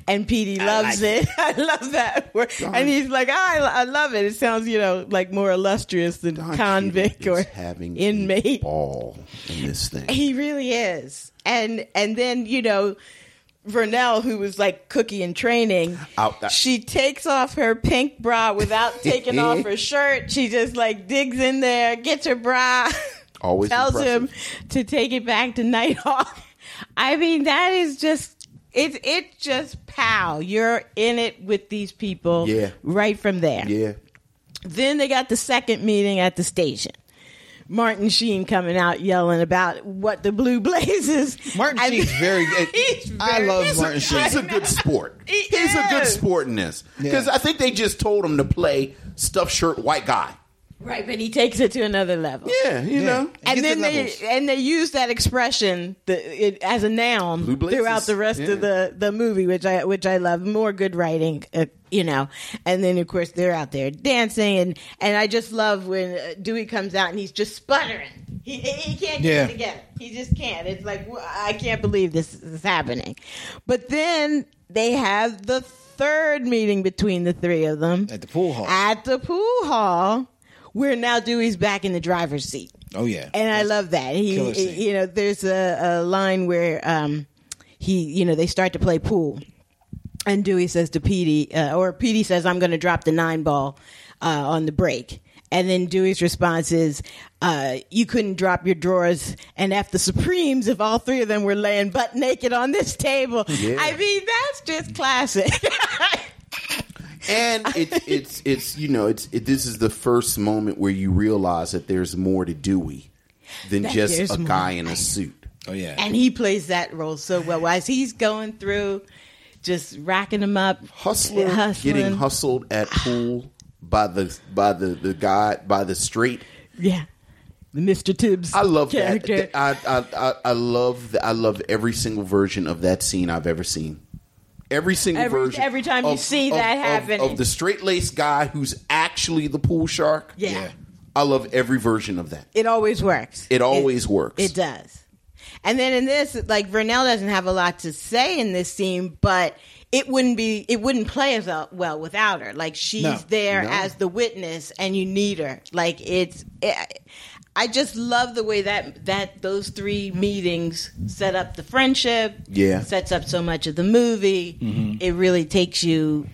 S7: And Petey loves it. I love that word. And he's like, I, I love it. It sounds, you know, like more illustrious than convict or
S6: having
S7: inmate.
S6: all in this thing
S7: He really is. And and then, you know, Vernell, who was like cookie in training,
S6: Out that-
S7: she takes off her pink bra without taking off her shirt. She just like digs in there, gets her bra,
S6: Always
S7: tells
S6: impressive.
S7: him to take it back to Nighthawk. I mean, that is just it's it just pow. You're in it with these people
S6: Yeah.
S7: right from there.
S6: yeah
S7: Then they got the second meeting at the station. Martin Sheen coming out yelling about what the blue blazes. Martin Sheen's
S5: very good.
S6: I love
S5: Martin Sheen.
S6: He's a good sport. he's a good sport in this because I think they just told him to play stuffed shirt white guy.
S7: Right, but he takes it to another level.
S6: Yeah, you Yeah. know. He
S7: And
S6: gets
S7: then
S6: the
S7: they
S6: levels.
S7: and they use that expression the, it, as a noun
S6: Blue blazes.
S7: throughout the rest
S6: Yeah.
S7: of the, the movie, which I which I love. More good writing, uh, you know. And then of course they're out there dancing, and and I just love when uh, Dewey comes out and he's just sputtering. He, he he can't get
S12: Yeah.
S7: it together. He just can't. It's like wh- I can't believe this is happening. But then they have the third meeting between the three of them at
S5: the pool hall.
S7: At the pool hall, where now Dewey's back in the driver's seat.
S5: Oh yeah.
S7: And I love that.
S5: Killer
S7: He,
S5: scene.
S7: you know, there's a, a line where um, he, you know, they start to play pool, and Dewey says to Petey, uh, or Petey says, "I'm going to drop the nine ball uh, on the break." And then Dewey's response is, uh, "You couldn't drop your drawers and f the Supremes if all three of them were laying butt naked on this table."
S6: Yeah.
S7: I mean, that's just classic.
S6: and it's it's it's you know it's it, this is the first moment where you realize that there's more to Dewey than
S7: That
S6: just
S7: there's
S6: a
S7: more.
S6: guy in a suit.
S5: Oh yeah,
S7: and he plays that role so well as he's going through just racking them up
S6: hustler getting hustled at pool by the by the the guy by the street.
S7: yeah mr tibbs
S6: I love
S7: character.
S6: that. I, I I I love the, I love every single version of that scene I've ever seen. Every single
S7: Every-
S6: version.
S7: every time you see that
S6: happen
S7: happening.
S6: of the straight laced guy who's actually the pool shark.
S7: Yeah. Yeah.
S6: I love every version of that.
S7: it always works
S6: It always works.
S7: it does and then in this like vernell doesn't have a lot to say in this scene but it wouldn't be it wouldn't play as uh, well without her like she's
S5: No.
S7: there
S6: No.
S7: as the witness and you need her like it's it, i just love the way that that those three meetings set up the friendship
S6: Yeah.
S7: sets up so much of the movie it really takes you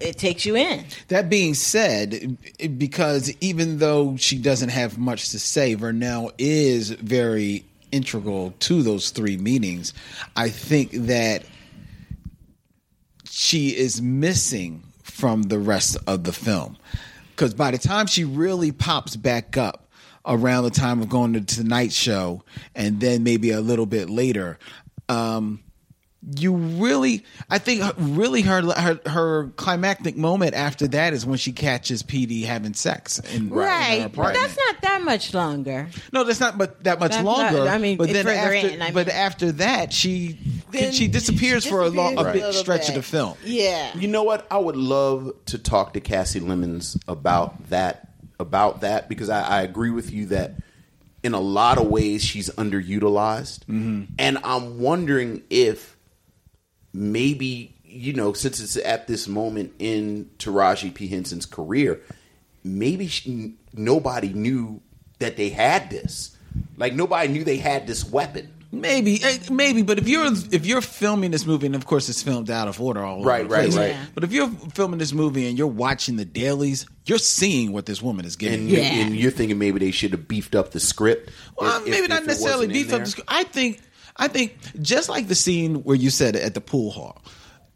S7: it takes you in
S5: That being said, it- because even though she doesn't have much to say, Vernell is very integral to those three meetings. I think that she is missing from the rest of the film. Because by the time she really pops back up around the time of going to Tonight Show, and then maybe a little bit later, um, you really, I think, really her her her climactic moment after that is when she catches PD having sex in, in her
S7: right but
S5: apartment.
S7: that's not that much longer
S5: no, that's not, but that much
S7: That's not-
S5: longer.
S7: I mean,
S5: but
S7: it's
S5: then
S7: further
S5: after,
S7: in, I
S5: but
S7: mean.
S5: after that, she
S7: Then
S5: she disappears for a long, a
S7: disappears
S5: big
S7: little
S5: stretch of
S7: bit.
S5: the film.
S7: yeah
S6: You know what? I would love to talk to Cassie Lemons about that about that because I, I agree with you that in a lot of ways she's underutilized,
S5: Mm-hmm.
S6: and I'm wondering if maybe you know since it's at this moment in Taraji P Henson's career, maybe she, nobody knew that they had this. Like nobody knew they had this weapon.
S5: Maybe, eh, maybe, but if you're if you're filming this movie, and of course it's filmed out of order, all over
S6: Right,
S5: the
S6: right,
S5: place,
S6: right. Yeah.
S5: But if you're filming this movie and you're watching the dailies, you're seeing what this woman is getting.
S6: And,
S7: Yeah.
S6: and you're thinking maybe they should have beefed up the script.
S5: Well,
S6: if- if-
S5: maybe
S6: if
S5: not
S6: it
S5: necessarily
S6: wasn't in
S5: beefed up.
S6: there.
S5: The script. I think, I think just like the scene where you said at the pool hall,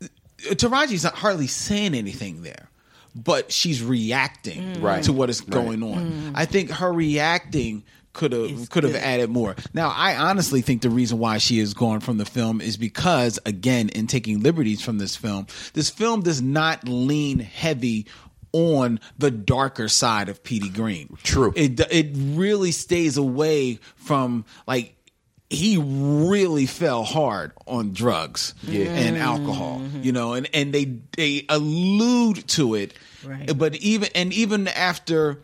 S5: uh, Taraji's not hardly saying anything there, but she's reacting
S6: Mm. Right. Mm.
S5: to what is going on. I think her reacting could have could have added more. Now, I honestly think the reason why she is gone from the film is because again, in taking liberties from this film, this film does not lean heavy on the darker side of PD Green.
S6: True.
S5: It it really stays away from like he really fell hard on drugs and alcohol, you know, and, and they they allude to it,
S7: Right.
S5: but even and even after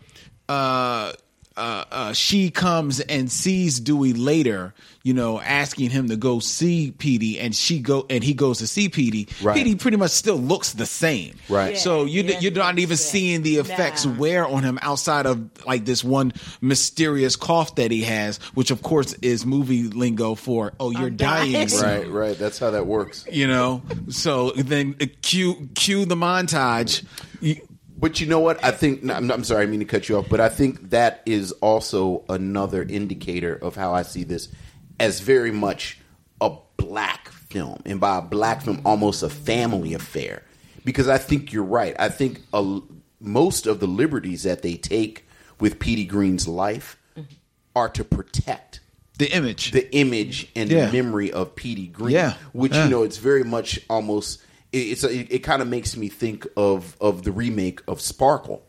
S5: uh, uh, uh, she comes and sees Dewey later, you know, asking him to go see Petey, and she go and he goes to see Petey.
S6: Right.
S5: Petey pretty much still looks the same,
S6: Right. Yeah,
S5: So you
S7: yeah,
S5: you're not
S7: that's
S5: even
S7: it.
S5: seeing the effects
S7: Nah.
S5: wear on him outside of like this one mysterious cough that he has, which of course is movie lingo for oh you're dying,
S7: dying.
S5: soon,"
S6: Right, right. That's how that works.
S5: You know, so then uh, cue cue the montage. You-
S6: But you know what? I think no, I'm, I'm sorry. I mean to cut you off, but I think that is also another indicator of how I see this as very much a black film, and by a black film, almost a family affair. Because I think you're right. I think a, most of the liberties that they take with Petey Green's life are to protect
S5: the image.
S6: the image and
S5: Yeah.
S6: the memory of Petey Green,
S5: Yeah.
S6: which
S5: Yeah.
S6: you know it's very much almost it, it's it, it kind of makes me think of of the remake of Sparkle,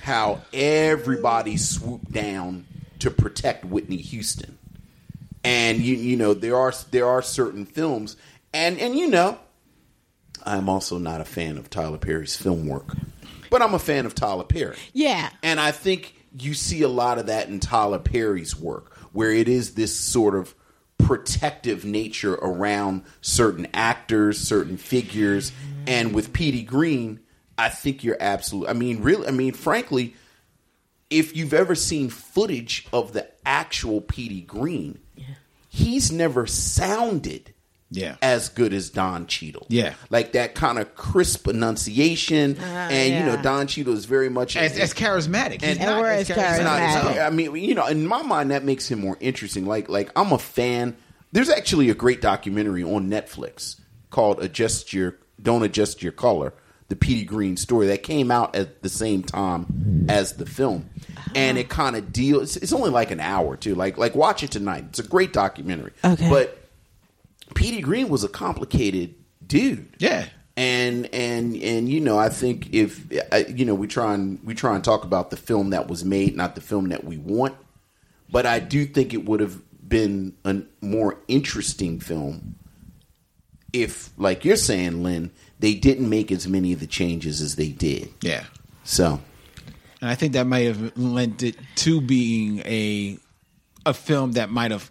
S6: how everybody swooped down to protect Whitney Houston, and you you know there are there are certain films and and you know I'm also not a fan of Tyler Perry's film work, but I'm a fan of Tyler Perry.
S7: yeah
S6: And I think you see a lot of that in Tyler Perry's work, where it is this sort of protective nature around certain actors, certain figures. And with Petey Green, I think you're absolutely, I mean, really, I mean, frankly, if you've ever seen footage of the actual Petey Green, he's never sounded
S5: Yeah.
S6: as good as Don Cheadle.
S5: Yeah.
S6: like that kind of crisp enunciation, and you know Don Cheadle is very much
S5: As, as charismatic. He's
S7: And
S5: not
S7: we're
S5: as
S7: as
S5: charismatic.
S6: It's not- it's
S7: charismatic.
S6: not- I mean, you know, in my mind, that makes him more interesting. Like, like I'm a fan. There's actually a great documentary on Netflix called "Adjust Your Don't Adjust Your Color: The Petey Green Story" that came out at the same time as the film, and it kind of deals. It's only like an hour too. Like, like watch it tonight. It's a great documentary.
S7: Okay.
S6: but Petey Green was a complicated dude
S5: Yeah.
S6: and and and you know i think if I- you know we try and we try and talk about the film that was made not the film that we want but i do think it would have been a more interesting film if like you're saying lynn they didn't make as many of the changes as they did
S5: Yeah.
S6: so
S5: And I think that might have lent it to being a a film that might have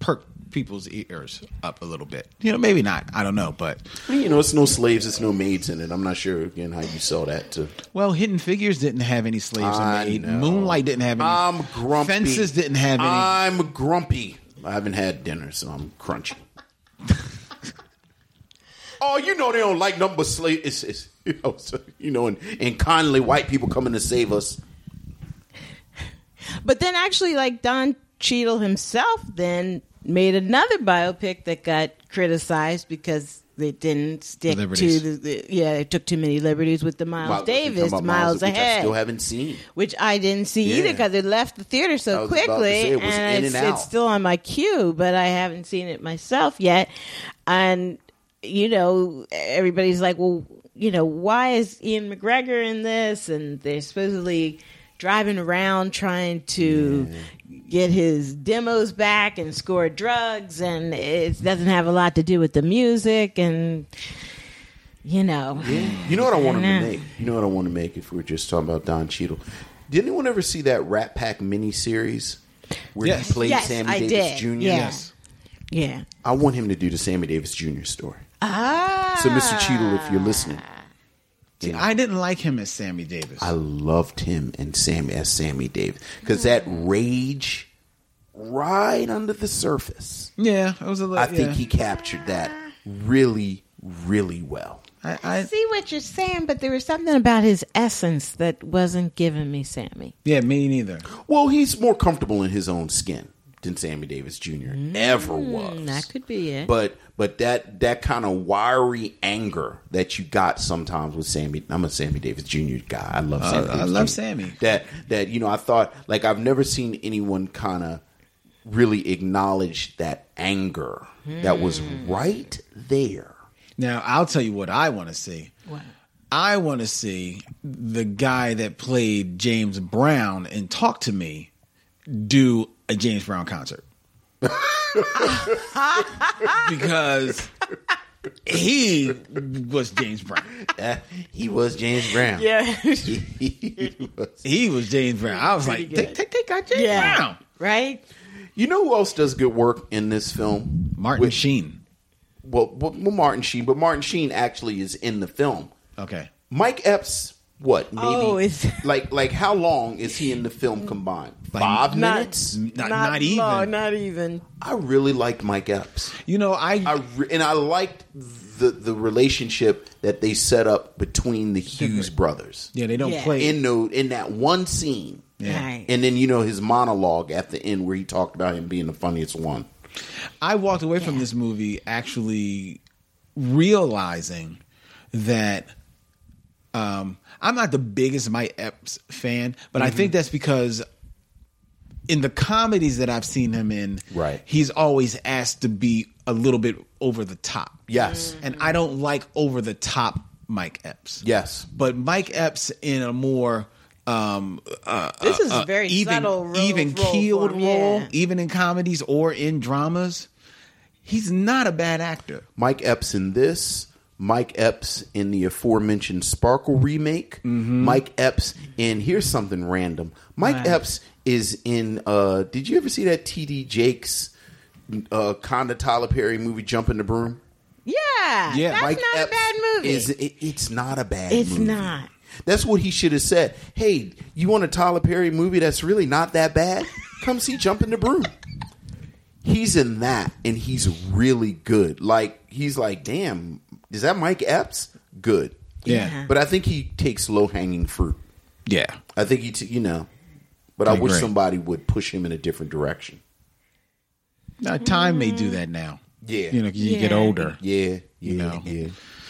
S5: perked people's ears up a little bit. You know, maybe not. I don't know, but
S6: you know it's no slaves it's no maids in it i'm not sure again how you sell that to
S5: well, Hidden Figures didn't have any slaves
S6: I
S5: in it.
S6: know.
S5: Moonlight didn't have any.
S6: i'm grumpy
S5: Fences didn't have any.
S6: i'm grumpy i haven't had dinner so i'm crunchy Oh, you know they don't like number slave. It's, it's you know, so, you know, and, and kindly white people coming to save us.
S7: But then actually, like Don Cheadle himself, then made another biopic that got criticized because they didn't stick
S5: The
S7: to
S5: liberties.
S7: the, the yeah, it took too many liberties with the Miles
S6: Miles-
S7: Davis,
S6: talking about
S7: Miles,
S6: which
S7: ahead.
S6: I still haven't seen.
S7: which I didn't see
S6: Yeah.
S7: either because it left the theater
S6: I
S7: so
S6: was about to
S7: quickly,
S6: say, it was in
S7: and, it's,
S6: and out.
S7: it's still on my queue, but I haven't seen it myself yet. And you know, everybody's like, "Well, you know, why is Ian McGregor in this?" And they're supposedly driving around trying to get his demos back and score drugs, and it doesn't have a lot to do with the music, and you know,
S6: You know what I want him
S7: Yeah.
S6: to make? You know what I want to make? If we were just talking about Don Cheadle, did anyone ever see that Rat Pack miniseries where
S5: Yes.
S6: he played
S7: Yes,
S6: Sammy
S7: I
S6: Davis
S7: did.
S6: Jr.?
S7: Yeah. Yes. yeah.
S6: I want him to do the Sammy Davis Jr. story.
S7: Ah,
S6: So, Mr. Cheadle, if you're listening,
S5: See, I didn't like him as Sammy Davis.
S6: I loved him and Sam as Sammy Davis because that rage right under the surface.
S5: yeah, it was a little.
S6: I think he captured that really, really well.
S5: I, I,
S7: see what you're saying, but there was something about his essence that wasn't giving me Sammy.
S5: yeah, me neither.
S6: Well, he's more comfortable in his own skin than Sammy Davis Jr. ever was.
S7: Mm, That could be it.
S6: But but that that kind of wiry anger that you got sometimes with Sammy. I'm a Sammy Davis Jr. guy. I love Sammy.
S5: Uh, I
S6: Davis
S5: love
S6: Jr..
S5: Sammy.
S6: That that you know I thought like I've never seen anyone kind of really acknowledge that anger that was
S7: Hmm.
S6: right there.
S5: Now I'll tell you what I want to see. I want to see the guy that played James Brown and Talk to Me do a James Brown concert because he was James Brown.
S6: He was James Brown.
S7: yeah,
S5: He was James Brown. I was like, take, take, take out James
S7: Yeah.
S5: Brown.
S7: right.
S6: You know who else does good work in this film?
S5: Martin
S6: Which-
S5: Sheen.
S6: well, well, well, Martin Sheen, but Martin Sheen actually is in the film.
S5: Okay.
S6: Mike Epps, what? Maybe
S7: Oh, is-
S6: like like how long is he in the film combined? Five
S7: Not-
S6: minutes.
S5: Not, not, even.
S7: No, not even.
S6: I really liked Mike Epps.
S5: you know, I,
S6: I re- and I liked the the relationship that they set up between the Hughes brothers
S5: yeah, they don't
S7: Yeah.
S5: play.
S6: in no in that one scene,
S5: Yeah.
S7: Right.
S6: and then you know his monologue at the end where he talked about him being the funniest one.
S5: I walked away from this movie actually realizing that um, I'm not the biggest Mike Epps fan, but I
S6: Mm-hmm.
S5: think that's because in the comedies that I've seen him in,
S6: Right.
S5: he's always asked to be a little bit over the top.
S6: Yes,
S5: And I don't like over the top Mike Epps.
S6: yes.
S5: But Mike Epps in a more um,
S7: This is a very
S5: even
S7: subtle role,
S5: even
S7: role
S5: keeled
S7: form,
S5: role,
S7: yeah.
S5: even in comedies or in dramas. He's not a bad actor.
S6: Mike Epps in this, Mike Epps in the aforementioned Sparkle remake, Mike Epps in here's something random. Mike Epps is in uh did you ever see that TD Jakes uh Conda Tyler Perry movie Jumping the Broom?
S7: Yeah,
S5: Yeah,
S7: that's
S5: Mike
S7: not a bad movie.
S6: Is it, it's not a bad
S7: It's
S6: movie.
S7: not.
S6: That's what he should have said. Hey, you want a Tyler Perry movie that's really not that bad? Come see Jumping the Broom. he's in that and he's really good. Like he's like, damn, is that Mike Epps? Good.
S5: Yeah. Yeah.
S6: But I think he takes low hanging fruit.
S5: Yeah.
S6: I think he, t- you know, but I,
S5: I
S6: wish
S5: agree.
S6: somebody would push him in a different direction.
S5: Now, time may do that now.
S6: Yeah.
S5: You know, 'cause you get
S7: Yeah.
S5: older.
S6: Yeah.
S5: You know.
S6: Yeah.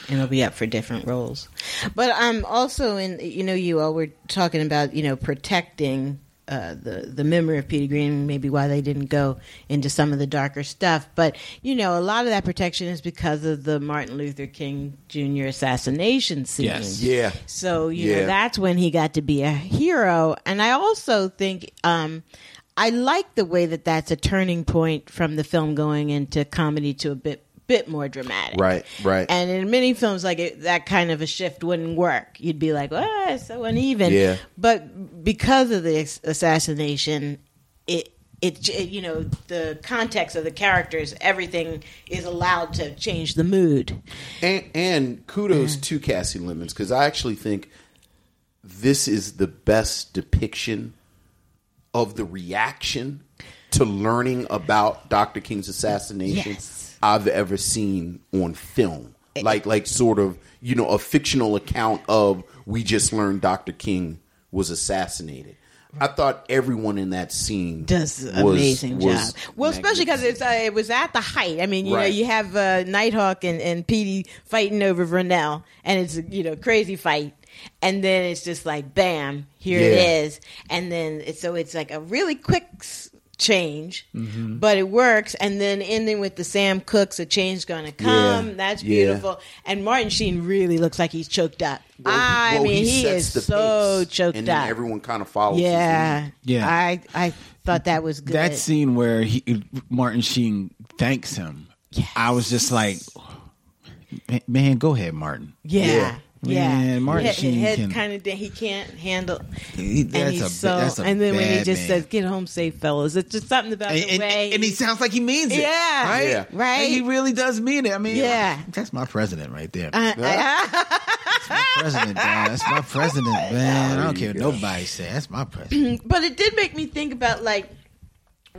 S7: and it'll be up for different roles. But um, also in you know you all were talking about you know protecting uh, the the memory of Peter Green, maybe why they didn't go into some of the darker stuff. But you know a lot of that protection is because of the Martin Luther King Jr. assassination scene.
S6: Yes. Yeah.
S7: So you
S6: Yeah.
S7: know that's when he got to be a hero. And I also think um, I like the way that that's a turning point from the film going into comedy to a bit bit more dramatic.
S6: Right, right.
S7: And in many films, like it, that kind of a shift wouldn't work. You'd be like, "Ah, it's so uneven."
S6: Yeah.
S7: But because of the ass- assassination, it. It j- you know the context of the characters, everything is allowed to change the mood.
S6: And, and
S7: Mm.
S6: kudos to Cassie Lemons because I actually think this is the best depiction of the reaction to learning about Dr. King's assassination
S7: Yes.
S6: I've ever seen on film. Like, like sort of, you know, a fictional account of we just learned Dr. King was assassinated. I thought everyone in that scene
S7: does
S6: was-
S7: amazing
S6: was
S7: job. Well, especially because it's uh, it was at the height. I mean, you
S6: Right.
S7: know, you have uh, Nighthawk and and Petey fighting over Vernell, and it's a, you know crazy fight, and then it's just like bam, here it
S12: Yeah.
S7: is, and then it's, so it's like a really quick s- change,
S6: Mm-hmm.
S7: but it works, and then ending with the Sam Cooks, a change gonna come.
S6: Yeah.
S7: That's
S6: Yeah.
S7: beautiful, and Martin Sheen really looks like he's choked up. I
S6: well,
S7: mean,
S6: he
S7: he,
S6: sets
S7: is
S6: the
S7: so choked
S6: and
S7: up.
S6: then everyone kind of follows. his
S7: yeah,
S5: lead. Yeah.
S7: I I thought that was good.
S5: That scene where he Martin Sheen thanks him. I was just like, "Man- man, go ahead, Martin.
S7: Yeah. Yeah.
S5: Man, Martin
S7: He-
S5: Sheen
S7: his head
S5: can-
S7: kind of he can't handle,
S5: He- that's
S7: and
S5: a ba-
S7: he's so.
S5: that's a
S7: and then when he
S5: bad
S7: just
S5: man.
S7: says, "Get home safe, fellas," it's just something about
S5: And,
S7: the
S5: and-
S7: way.
S5: and he sounds like he means it.
S7: Yeah.
S5: Right?
S7: Yeah. Right.
S5: Like, he really does mean it. I mean,
S7: Yeah.
S5: that's my president right there.
S7: Uh,
S5: president, dog. That's my president, man. I don't care what nobody says. That's my president.
S7: but it did make me think about like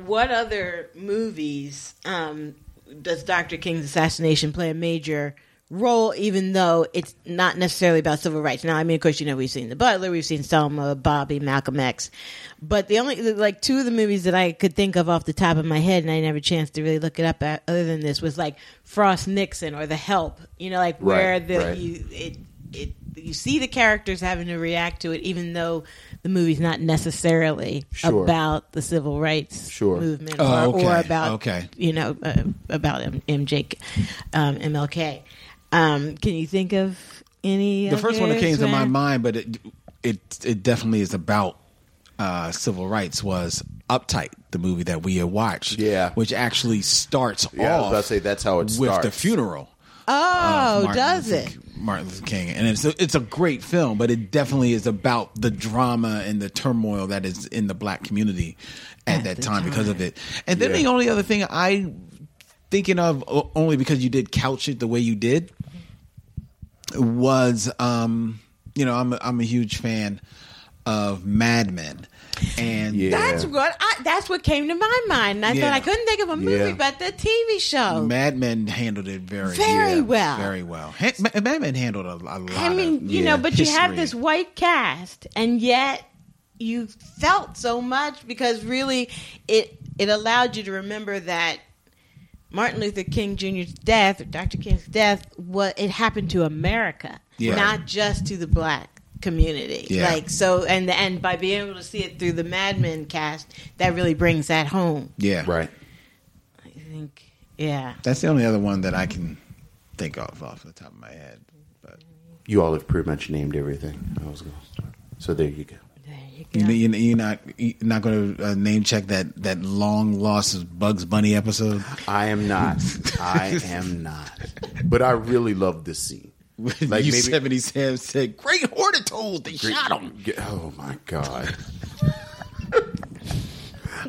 S7: what other movies um, does Dr. King's assassination play a major role, even though it's not necessarily about civil rights. Now, I mean, of course, you know we've seen The Butler, we've seen Selma, Bobby, Malcolm X, but the only like two of the movies that I could think of off the top of my head, and I didn't have a chance to really look it up at, other than this, was like Frost Nixon or The Help. You know, like where
S12: Right,
S7: the
S12: right.
S7: you it it you see the characters having to react to it, even though the movie's not necessarily
S6: Sure.
S7: about the civil rights
S6: Sure.
S7: movement
S6: Oh,
S7: or, or
S6: okay,
S7: about
S6: okay.
S7: you know uh, about M- MJ um, MLK. Um, can you think of any?
S5: the first one that came
S7: others,
S5: to my
S7: Matt?
S5: mind, but it it it definitely is about uh, civil rights was Uptight, the movie that we had watched, yeah, which actually starts
S6: Yeah, I was
S5: off
S6: about to say that's how
S5: with
S6: it
S5: the
S6: starts.
S5: funeral. of
S7: Oh,
S5: Martin
S7: does
S5: Luther
S7: it?
S5: King- Martin Luther King, and it's a, it's a great film, but it definitely is about the drama and the turmoil that is in the black community at, that time, because of it. And then
S6: Yeah.
S5: the only other thing I thinking of o- only because you did couch it the way you did was um you know I'm a, I'm a huge fan of Mad Men and
S7: That's what I, that's what came to my mind. I
S5: Yeah.
S7: thought I couldn't think of a movie,
S5: Yeah.
S7: but the TV show.
S5: Mad Men handled it very
S7: Very
S5: yeah,
S7: well.
S5: very well Ha- Ma- Mad Men handled a, a lot
S7: I mean,
S5: of,
S7: you know,
S5: yeah,
S7: but you have
S5: history.
S7: this white cast, and yet you felt so much because really, it it allowed you to remember that Martin Luther King Jr.'s death, or Dr. King's death, what it happened to America,
S12: Yeah.
S7: not just to the black community.
S12: Yeah.
S7: Like so, and and by being able to see it through the Mad Men cast, that really brings that home.
S5: yeah right
S7: I think, yeah.
S5: that's the only other one that I can think of off the top of my head
S6: You all have pretty much named everything. I was going to start. So there you go.
S5: You- you- You're not you're not going to uh, name check that that long lost Bugs Bunny episode.
S6: I am not. I am not. But I really love this scene. Like
S5: you seventy Sam said, "Great hortitude, they shot him."
S6: Oh my god.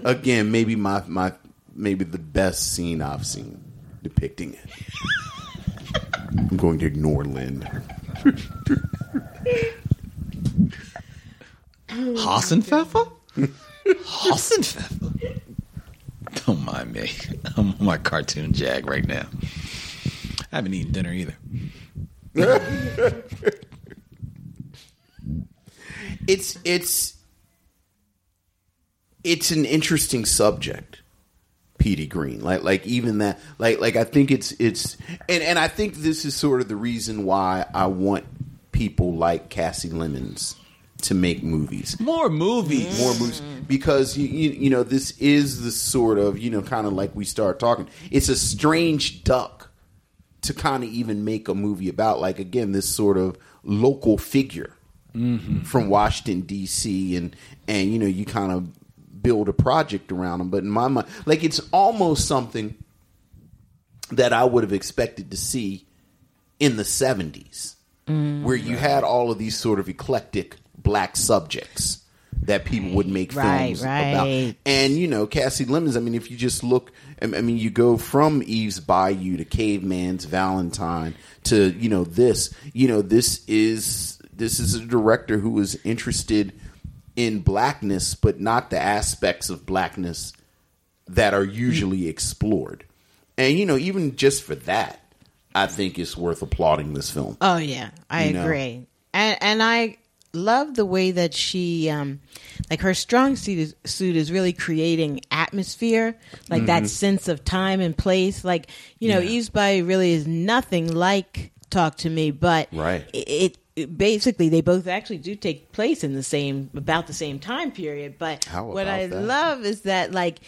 S6: Again, maybe my my maybe the best scene I've seen depicting it. I'm going to ignore Lynn.
S5: Hassenpfeffer? Hassenpfeffer? Don't mind me. I'm on my cartoon jag right now. I haven't eaten dinner either.
S6: it's it's it's an interesting subject Petey Green like like even that like like I think it's it's and and I think this is sort of the reason why I want people like Cassie Lemons to make movies
S5: more movies
S6: more movies because you, you you know this is the sort of you know kind of like we start talking it's a strange duck to kind of even make a movie about like again this sort of local figure from Washington D.C. and and you know you kind of build a project around them. But in my mind, like it's almost something that I would have expected to see in the seventies,
S7: Mm.
S6: where you had all of these sort of eclectic black subjects that people would make
S7: Right,
S6: films
S7: right.
S6: about. And you know, Cassie Lemons. I mean, if you just look, I I mean, you go from Eve's Bayou to Caveman's Valentine to you know this. You know, this is this is a director who is interested in blackness, but not the aspects of blackness that are usually explored. And you know, even just for that, I think it's worth applauding this film.
S7: Oh yeah, I
S6: You know?
S7: agree, and and I love the way that she, um, like her strong suit is, suit is really creating atmosphere, like that
S6: Mm-hmm.
S7: sense of time and place. Like you know, Eve's Bayou really is nothing like Talk to Me, but
S6: Right.
S7: it. it basically they both actually do take place in the same about the same time period but
S6: How
S7: what
S6: about
S7: i
S6: that?
S7: love is that like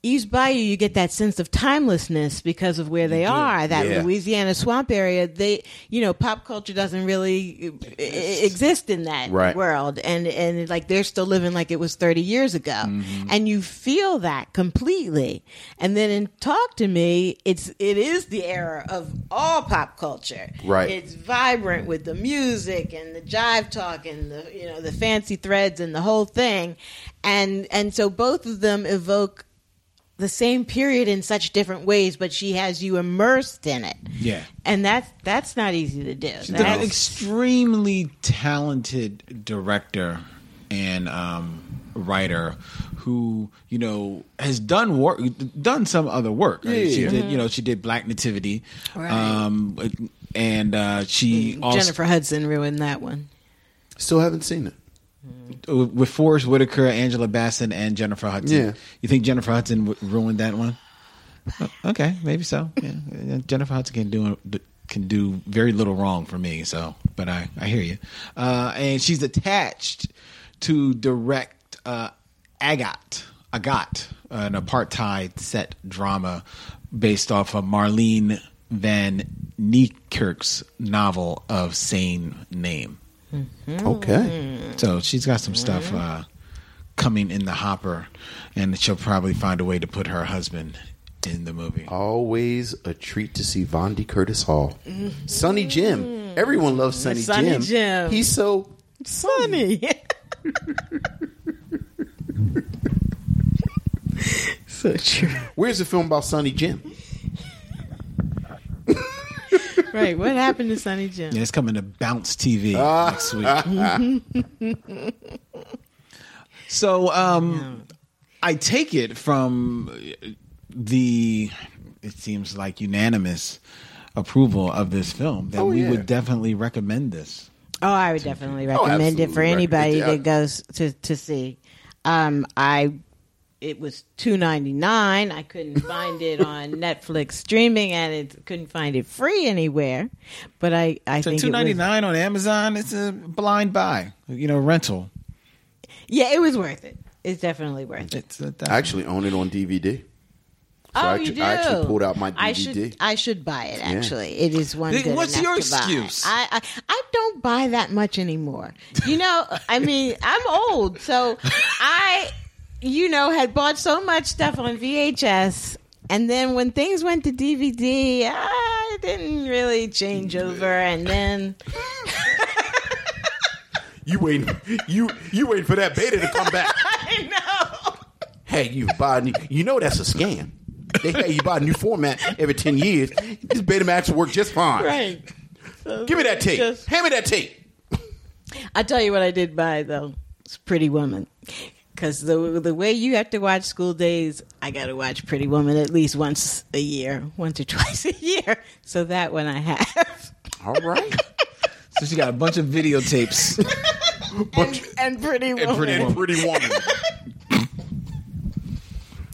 S7: each bayou you get that sense of timelessness because of where they are that
S6: Yeah.
S7: Louisiana swamp area, they you know pop culture doesn't really uh, exist in that
S6: Right.
S7: world, and and like they're still living like it was thirty years ago,
S6: Mm-hmm.
S7: and you feel that completely. And then in Talk to Me, it's it is the era of all pop culture,
S6: Right.
S7: It's vibrant with the music and the jive talk and the you know the fancy threads and the whole thing, and and so both of them evoke the same period in such different ways, but she has you immersed in it.
S5: Yeah.
S7: And that's that's not easy to do.
S5: She's an
S7: That's-
S5: extremely talented director and um, writer who you know has done work, done some other work. right? She did, you know, she did Black Nativity, um, and uh, she also
S7: Mm-hmm. Jennifer Hudson ruined that one.
S6: Still haven't seen it.
S5: with Forrest Whitaker, Angela Bassett, and Jennifer Hudson.
S6: Yeah.
S5: You think Jennifer Hudson w- ruined that one? Uh, Okay, maybe so. Yeah. Yeah, Jennifer Hudson can do can do very little wrong for me. So, but I I hear you. Uh, and she's attached to direct uh, Agat Agat, an apartheid set drama based off of Marlene Van Niekerk's novel of same name.
S7: Oh.
S6: Okay.
S5: So she's got some stuff uh, coming in the hopper, and she'll probably find a way to put her husband in the movie.
S6: Oh. Always a treat to see Vondi Curtis Hall. Sonny Jim. Everyone loves Sonny,
S7: Mm-hmm. Sonny
S6: Jim.
S7: Jim.
S6: He's so
S7: Sunny. so true.
S6: Where's the film about Sonny Jim?
S7: Right. What happened to Sunny Jim?
S5: And it's coming to Bounce TV next week. so um, I take it from the, it seems like unanimous approval of this film that we
S6: Oh, yeah.
S5: would definitely recommend this.
S7: Oh, I would definitely recommend it for
S6: absolutely.
S7: anybody
S6: It-
S7: that goes to to see. Um, I it was two ninety nine. I couldn't find it on Netflix streaming, and it couldn't find it free anywhere. But I I
S5: So
S7: think
S5: two
S7: it
S5: ninety
S7: was,
S5: nine on Amazon, it's a blind buy, you know, rental.
S7: yeah, it was worth it. It's definitely worth it.
S5: It's a,
S6: I actually own it on DVD.
S7: oh,
S6: I
S7: you
S6: actu-
S7: do.
S6: I actually pulled out my
S7: I
S6: DVD.
S7: should I should buy it. Actually, it is one.
S5: Then
S7: Good
S5: what's
S7: enough
S5: your
S7: to buy.
S5: excuse?
S7: I, I I don't buy that much anymore. You know, I mean, I'm old, so I, you know, had bought so much stuff on VHS, and then when things went to DVD, I ah, didn't really change over, and then.
S6: You waiting you you waiting for that beta to come back.
S7: I know.
S6: hey, you buy a new, you know that's a scam. They say you buy a new format every ten years. This Betamax will work just fine.
S7: Right. So
S6: Give me that tape.
S7: just-
S6: Hand me that tape.
S7: I tell you what I did buy though. It's Pretty Woman. Because the the way you have to watch School Days, I got to watch Pretty Woman at least once a year, once or twice a year. So that one I have.
S5: All right. so she got a bunch of videotapes.
S7: and, and Pretty Woman.
S5: pretty woman.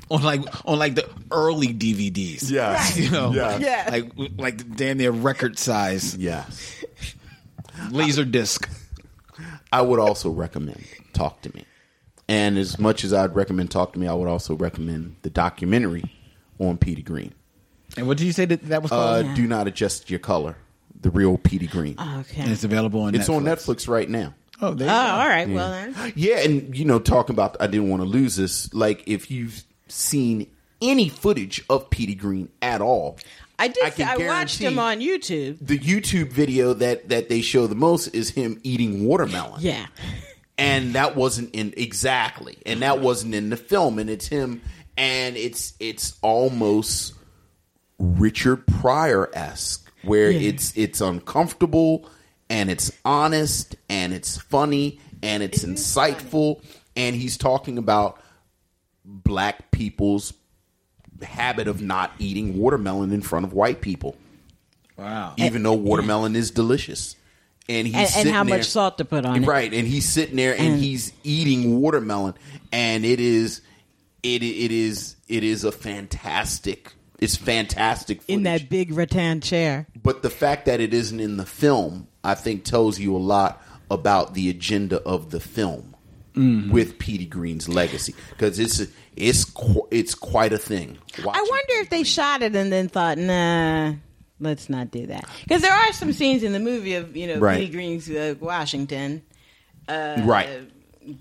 S5: on like on like the early DVDs.
S6: Yeah.
S7: Right.
S5: You know.
S6: Yeah.
S7: Yeah.
S5: Like like damn near record size.
S6: Yeah.
S5: Laser disc.
S6: I would also recommend Talk to Me. And as much as I'd recommend Talk to Me, I would also recommend the documentary on Petey Green.
S5: And what did you say that that was
S6: Uh,
S5: called?
S6: Do not adjust your color. The real Petey Green.
S7: Uh,
S5: and
S7: Okay.
S5: it's available on
S6: it's
S5: Netflix.
S6: on Netflix right now.
S5: Oh, there
S7: Oh,
S5: you go.
S7: all right. Well then.
S6: Yeah, and you know, talking about I didn't want to lose this. Like, if you've seen any footage of Petey Green at all,
S7: I did.
S6: I
S7: see-
S6: can
S7: I, watched
S6: guarantee-
S7: him on YouTube.
S6: the YouTube video that that they show the most is him eating watermelon.
S7: Yeah.
S6: and that wasn't in exactly, and that wasn't in the film, and it's him, and it's it's almost Richard Pryor esque, where
S7: Yeah.
S6: it's it's uncomfortable and it's honest and it's funny and it's insightful, and he's talking about black people's habit of not eating watermelon in front of white people
S5: Wow.
S6: even though watermelon is delicious. And he's
S7: And- and
S6: sitting
S7: how
S6: there-
S7: much salt to put on it.
S6: Right, and he's sitting there and, he's eating watermelon, and it is, it it is it is a fantastic. It's fantastic footage.
S7: In that big rattan chair.
S6: but the fact that it isn't in the film, I think, tells you a lot about the agenda of the film
S7: Mm-hmm.
S6: with Petey Green's legacy because it's it's qu- it's quite a thing.
S7: I wonder if they shot it and then thought, nah, let's not do that. Because there are some scenes in the movie of you know
S6: Right.
S7: Billy Green's uh, Washington,
S6: if right.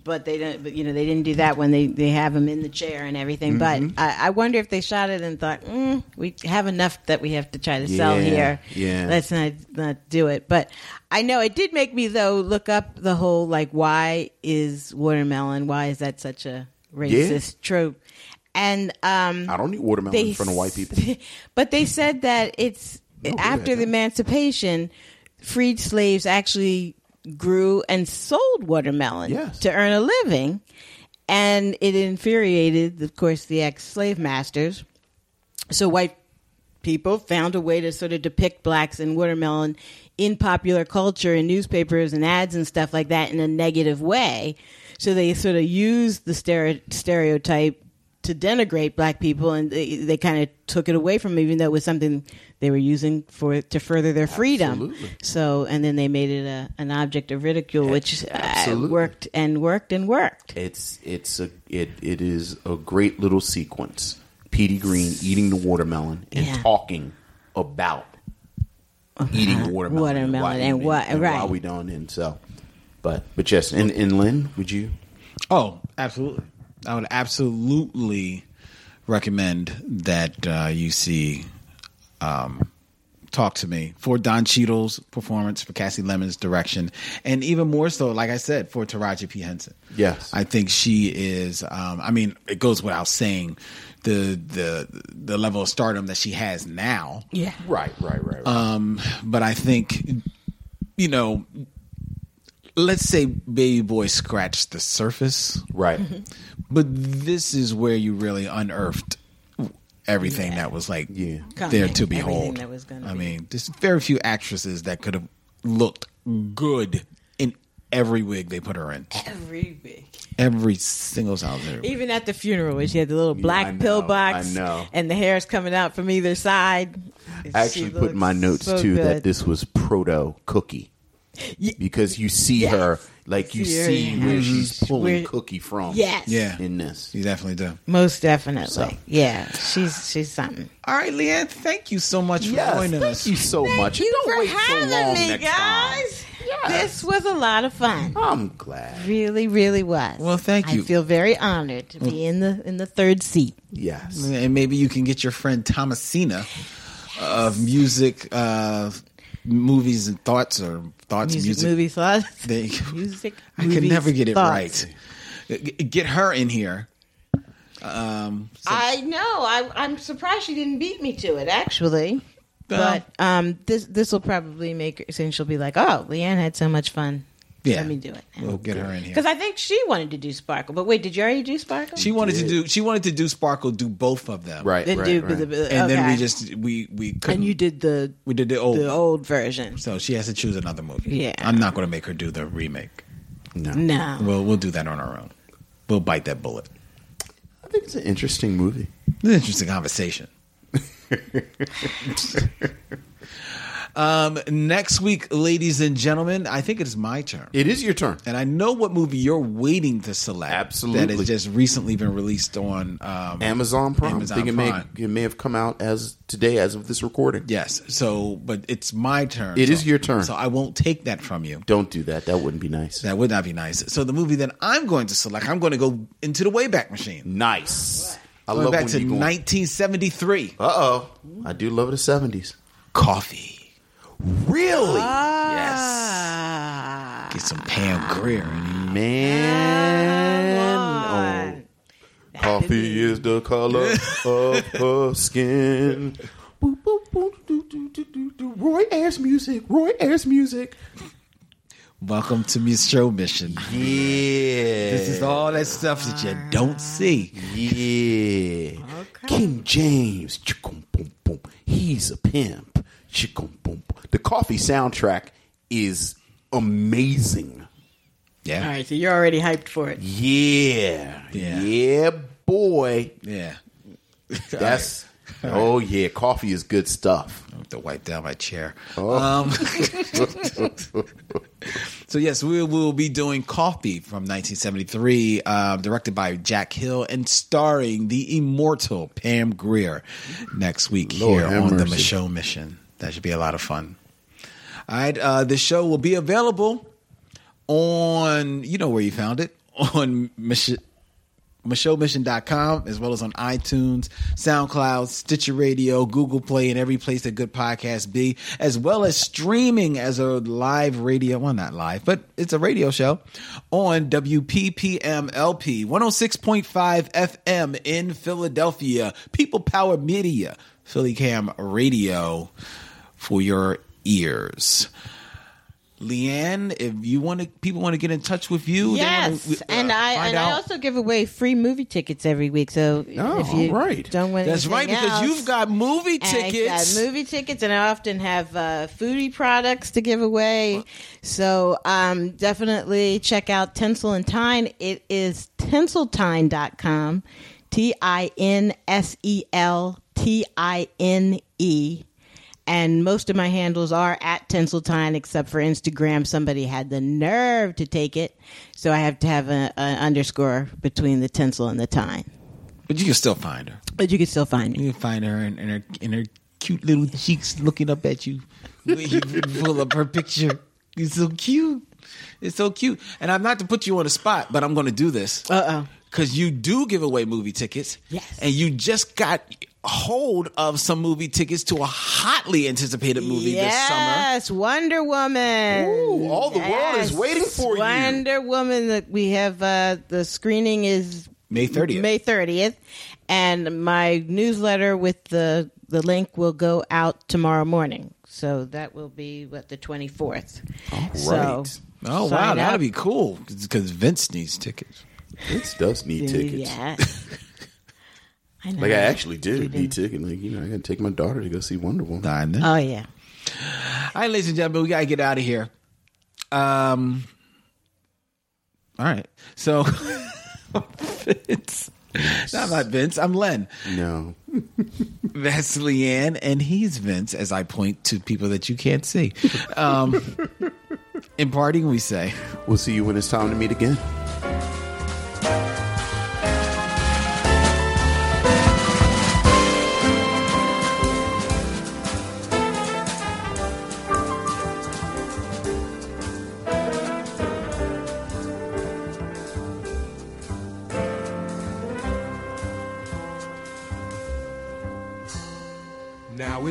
S7: but they don't. But you know they didn't do that when they they have him in the chair and everything.
S6: Mm-hmm.
S7: But I, I wonder if they shot it and thought, mm, we have enough that we have to try to sell
S6: Yeah,
S7: here.
S6: yeah.
S7: let's not not do it. But I know it did make me though look up the whole like why is watermelon? Why is that such a racist trope? And um,
S6: I don't need watermelon in front of white people.
S7: s- But they said that it's after the emancipation, freed slaves actually grew and sold watermelon
S6: Yes.
S7: to earn a living, and it infuriated, of course, the ex-slave masters. So white people found a way to sort of depict blacks and watermelon in popular culture in newspapers and ads and stuff like that in a negative way. So they sort of used the stere- stereotype to denigrate black people and they, they kind of took it away from them, even though it was something they were using for to further their freedom. So and then they made it a, an object of ridicule which uh,
S6: Absolutely.
S7: worked and worked and worked.
S6: It's it's a it it is a great little sequence. Petey Green eating the watermelon and
S7: Yeah.
S6: talking about eating watermelon,
S7: watermelon
S6: why-
S7: and what-
S6: why
S7: right.
S6: we don't and so. But but yes, and and Lynn, would you?
S5: Oh, absolutely. I would absolutely recommend that uh, you see um, Talk to Me for Don Cheadle's performance, for Cassie Lemon's direction, and even more so, like I said, for Taraji P. Henson.
S6: Yes.
S5: I think she is. Um, I mean, it goes without saying the the the level of stardom that she has now
S7: Yeah.
S6: Right, right, right. right.
S5: but I think, you know, let's say Baby Boy scratched the surface,
S6: right.
S5: but this is where you really unearthed everything that was like
S6: Yeah.
S5: there
S7: Coming,
S5: to
S7: everything
S5: behold.
S7: that was gonna
S5: I
S7: be.
S5: mean, there's very few actresses that could have looked good in every wig they put her in,
S7: Every week.
S5: every single solitary. wig.
S7: Even at the funeral, when she had the little black
S6: I know,
S7: pill box,
S6: I know.
S7: and the hair's coming out from either side.
S6: I actually
S7: She
S6: put in my notes
S7: looks so
S6: too that
S7: good.
S6: this was proto cookie. Because you see her like you
S7: See her,
S6: see
S7: yeah.
S6: where she's pulling
S7: Where-
S6: cookie from.
S7: Yes.
S5: Yeah,
S6: In this.
S5: you definitely do.
S7: most definitely,
S6: So.
S7: yeah, she's she's something.
S5: All right, Leanne, thank you so much for
S6: Yes,
S5: joining
S6: thank
S5: us.
S6: you so much.
S7: Thank you
S6: Don't
S7: for
S6: wait so
S7: having
S6: long
S7: me,
S6: next time.
S7: guys. This was a lot of fun.
S6: I'm glad.
S7: Really, really was.
S5: Well, thank you. Mm.
S7: I feel very honored to be in the in the third seat.
S6: Yes.
S5: and maybe you can get your friend Thomasina of music, uh, movies and thoughts, or thoughts,
S7: Music,
S5: music.
S7: movie thoughts.
S5: There you go.
S7: Music.
S5: I could
S7: movies,
S5: never get it
S7: thoughts.
S5: right. Uh, G- Get her in here.
S7: I know. I, I'm surprised she didn't beat me to it. Actually. But um, this this will probably make her, since she'll be like, "Oh, Leanne had so much fun
S5: Yeah.
S7: Let me do it.
S5: We'll get her in here.
S7: Because I think she wanted to do Sparkle. But wait, did you already do Sparkle?
S5: She wanted to do. She wanted to do Sparkle. Do both of them.
S6: Right.
S7: Then right, do right. the- the-
S5: And then we
S7: okay.
S5: just we we couldn't.
S7: And you did the
S5: we did the old
S7: the old version.
S5: So she has to choose another movie.
S7: Yeah.
S5: I'm not going to make her do the remake. No.
S7: No.
S5: We'll we'll do that on our own. We'll bite that bullet.
S6: I think it's an interesting movie.
S5: It's an interesting conversation. um, next week, ladies and gentlemen, I think it is my turn.
S6: It is your turn.
S5: And I know what movie you're waiting to select. That
S6: Absolutely.
S5: has just recently been released on um,
S6: Amazon Prime.
S5: Amazon
S6: I think it
S5: Prime.
S6: may it may have come out as today as of this recording.
S5: Yes. So, but it's my turn.
S6: It
S5: It is
S6: is your turn.
S5: So I won't take that from you.
S6: Don't do that. That wouldn't be nice.
S5: That would not be nice. So the movie that I'm going to select, I'm going to go into the Wayback Machine.
S6: Nice. I
S5: Going
S6: love
S5: back
S6: when
S5: to
S6: you go-
S5: 1973.
S6: Uh-oh. I do love the 70s.
S5: Coffee.
S6: Really?
S5: Get some Pam Grier in here.
S6: Man. Oh. Coffee is the color of her skin. Boop, boop, boop, do, do, do, do, do. Roy Ayers music. Roy Ayers music.
S5: Welcome to Miss Show Mission.
S6: Yeah.
S5: This is all that stuff that you don't see.
S6: Yeah. King James. Chikum, boom, boom. He's a pimp. Chikum, boom, boom. The coffee soundtrack is amazing.
S5: Yeah.
S7: All right, so you're already hyped for it.
S6: Yeah.
S5: Yeah.
S6: Yeah, boy.
S5: Yeah.
S6: That's oh yeah, coffee is good stuff.
S5: I have to wipe down my chair.
S6: Oh.
S5: Um, so yes, we will be doing Coffee from 1973, uh, directed by Jack Hill and starring the immortal Pam Grier next week
S6: Lord
S5: here
S6: have
S5: on the
S6: mercy.
S5: Michelle Mission. That should be a lot of fun. All right, uh, the show will be available on you know where you found it on Michelle MichelleMission.com, as well as on iTunes, SoundCloud, Stitcher Radio, Google Play, and every place that good podcasts be, as well as streaming as a live radio. Well, not live, but it's a radio show on WPPMLP 106.5 FM in Philadelphia. People Power Media, Philly Cam Radio for your ears. Leanne, if you want to, people want to get in touch with you. they wanna,
S7: Yes,
S5: uh,
S7: and I
S5: find
S7: and I
S5: out-
S7: also give away free movie tickets every week. So
S6: Oh,
S7: if you
S6: all right.
S7: don't win,
S5: That's right,
S7: anything
S5: because
S7: else,
S5: you've got movie tickets.
S7: I got uh, movie tickets, and I often have uh, foodie products to give away. So um, definitely check out Tinsel and Tine. It is tinseltine.com, T I N S E L T I N E. And most of my handles are at Tinseltine, except for Instagram. Somebody had the nerve to take it. So I have to have an underscore between the tinsel and the tine.
S5: But you can still find her.
S7: But you can still find me.
S5: You can find her in, in her in her cute little cheeks looking up at you when you pull up her picture. It's so cute. It's so cute. And I'm not to put you on the spot, but I'm going to do this.
S7: Uh oh.
S5: Because you do give away movie tickets.
S7: Yes.
S5: And you just got hold of some movie tickets to a hotly anticipated movie this summer.
S7: Yes, Wonder Woman.
S6: Ooh, all the world is waiting for you.
S7: Wonder Woman. That we have uh, the screening is
S5: May 30th.
S7: May thirtieth, and my newsletter with the the link will go out tomorrow morning. So that will be what the twenty fourth. So,
S6: Right.
S5: Oh, wow.
S7: sign
S5: That'll
S7: up.
S5: be cool. Because Vince needs tickets.
S6: It does need tickets.
S7: Yeah. I know.
S6: Like I actually did need tickets. Like you know, I got to take my daughter to go see Wonder Woman.
S5: I know.
S7: Oh yeah.
S5: All right, ladies and gentlemen, we gotta get out of here. Um. All right, so Vince, no, I'm not Vince. I'm Len.
S6: No,
S5: That's Leanne, and he's Vince. As I point to people that you can't see. Um, in parting, we say.
S6: we'll see you when it's time to meet again.
S9: Now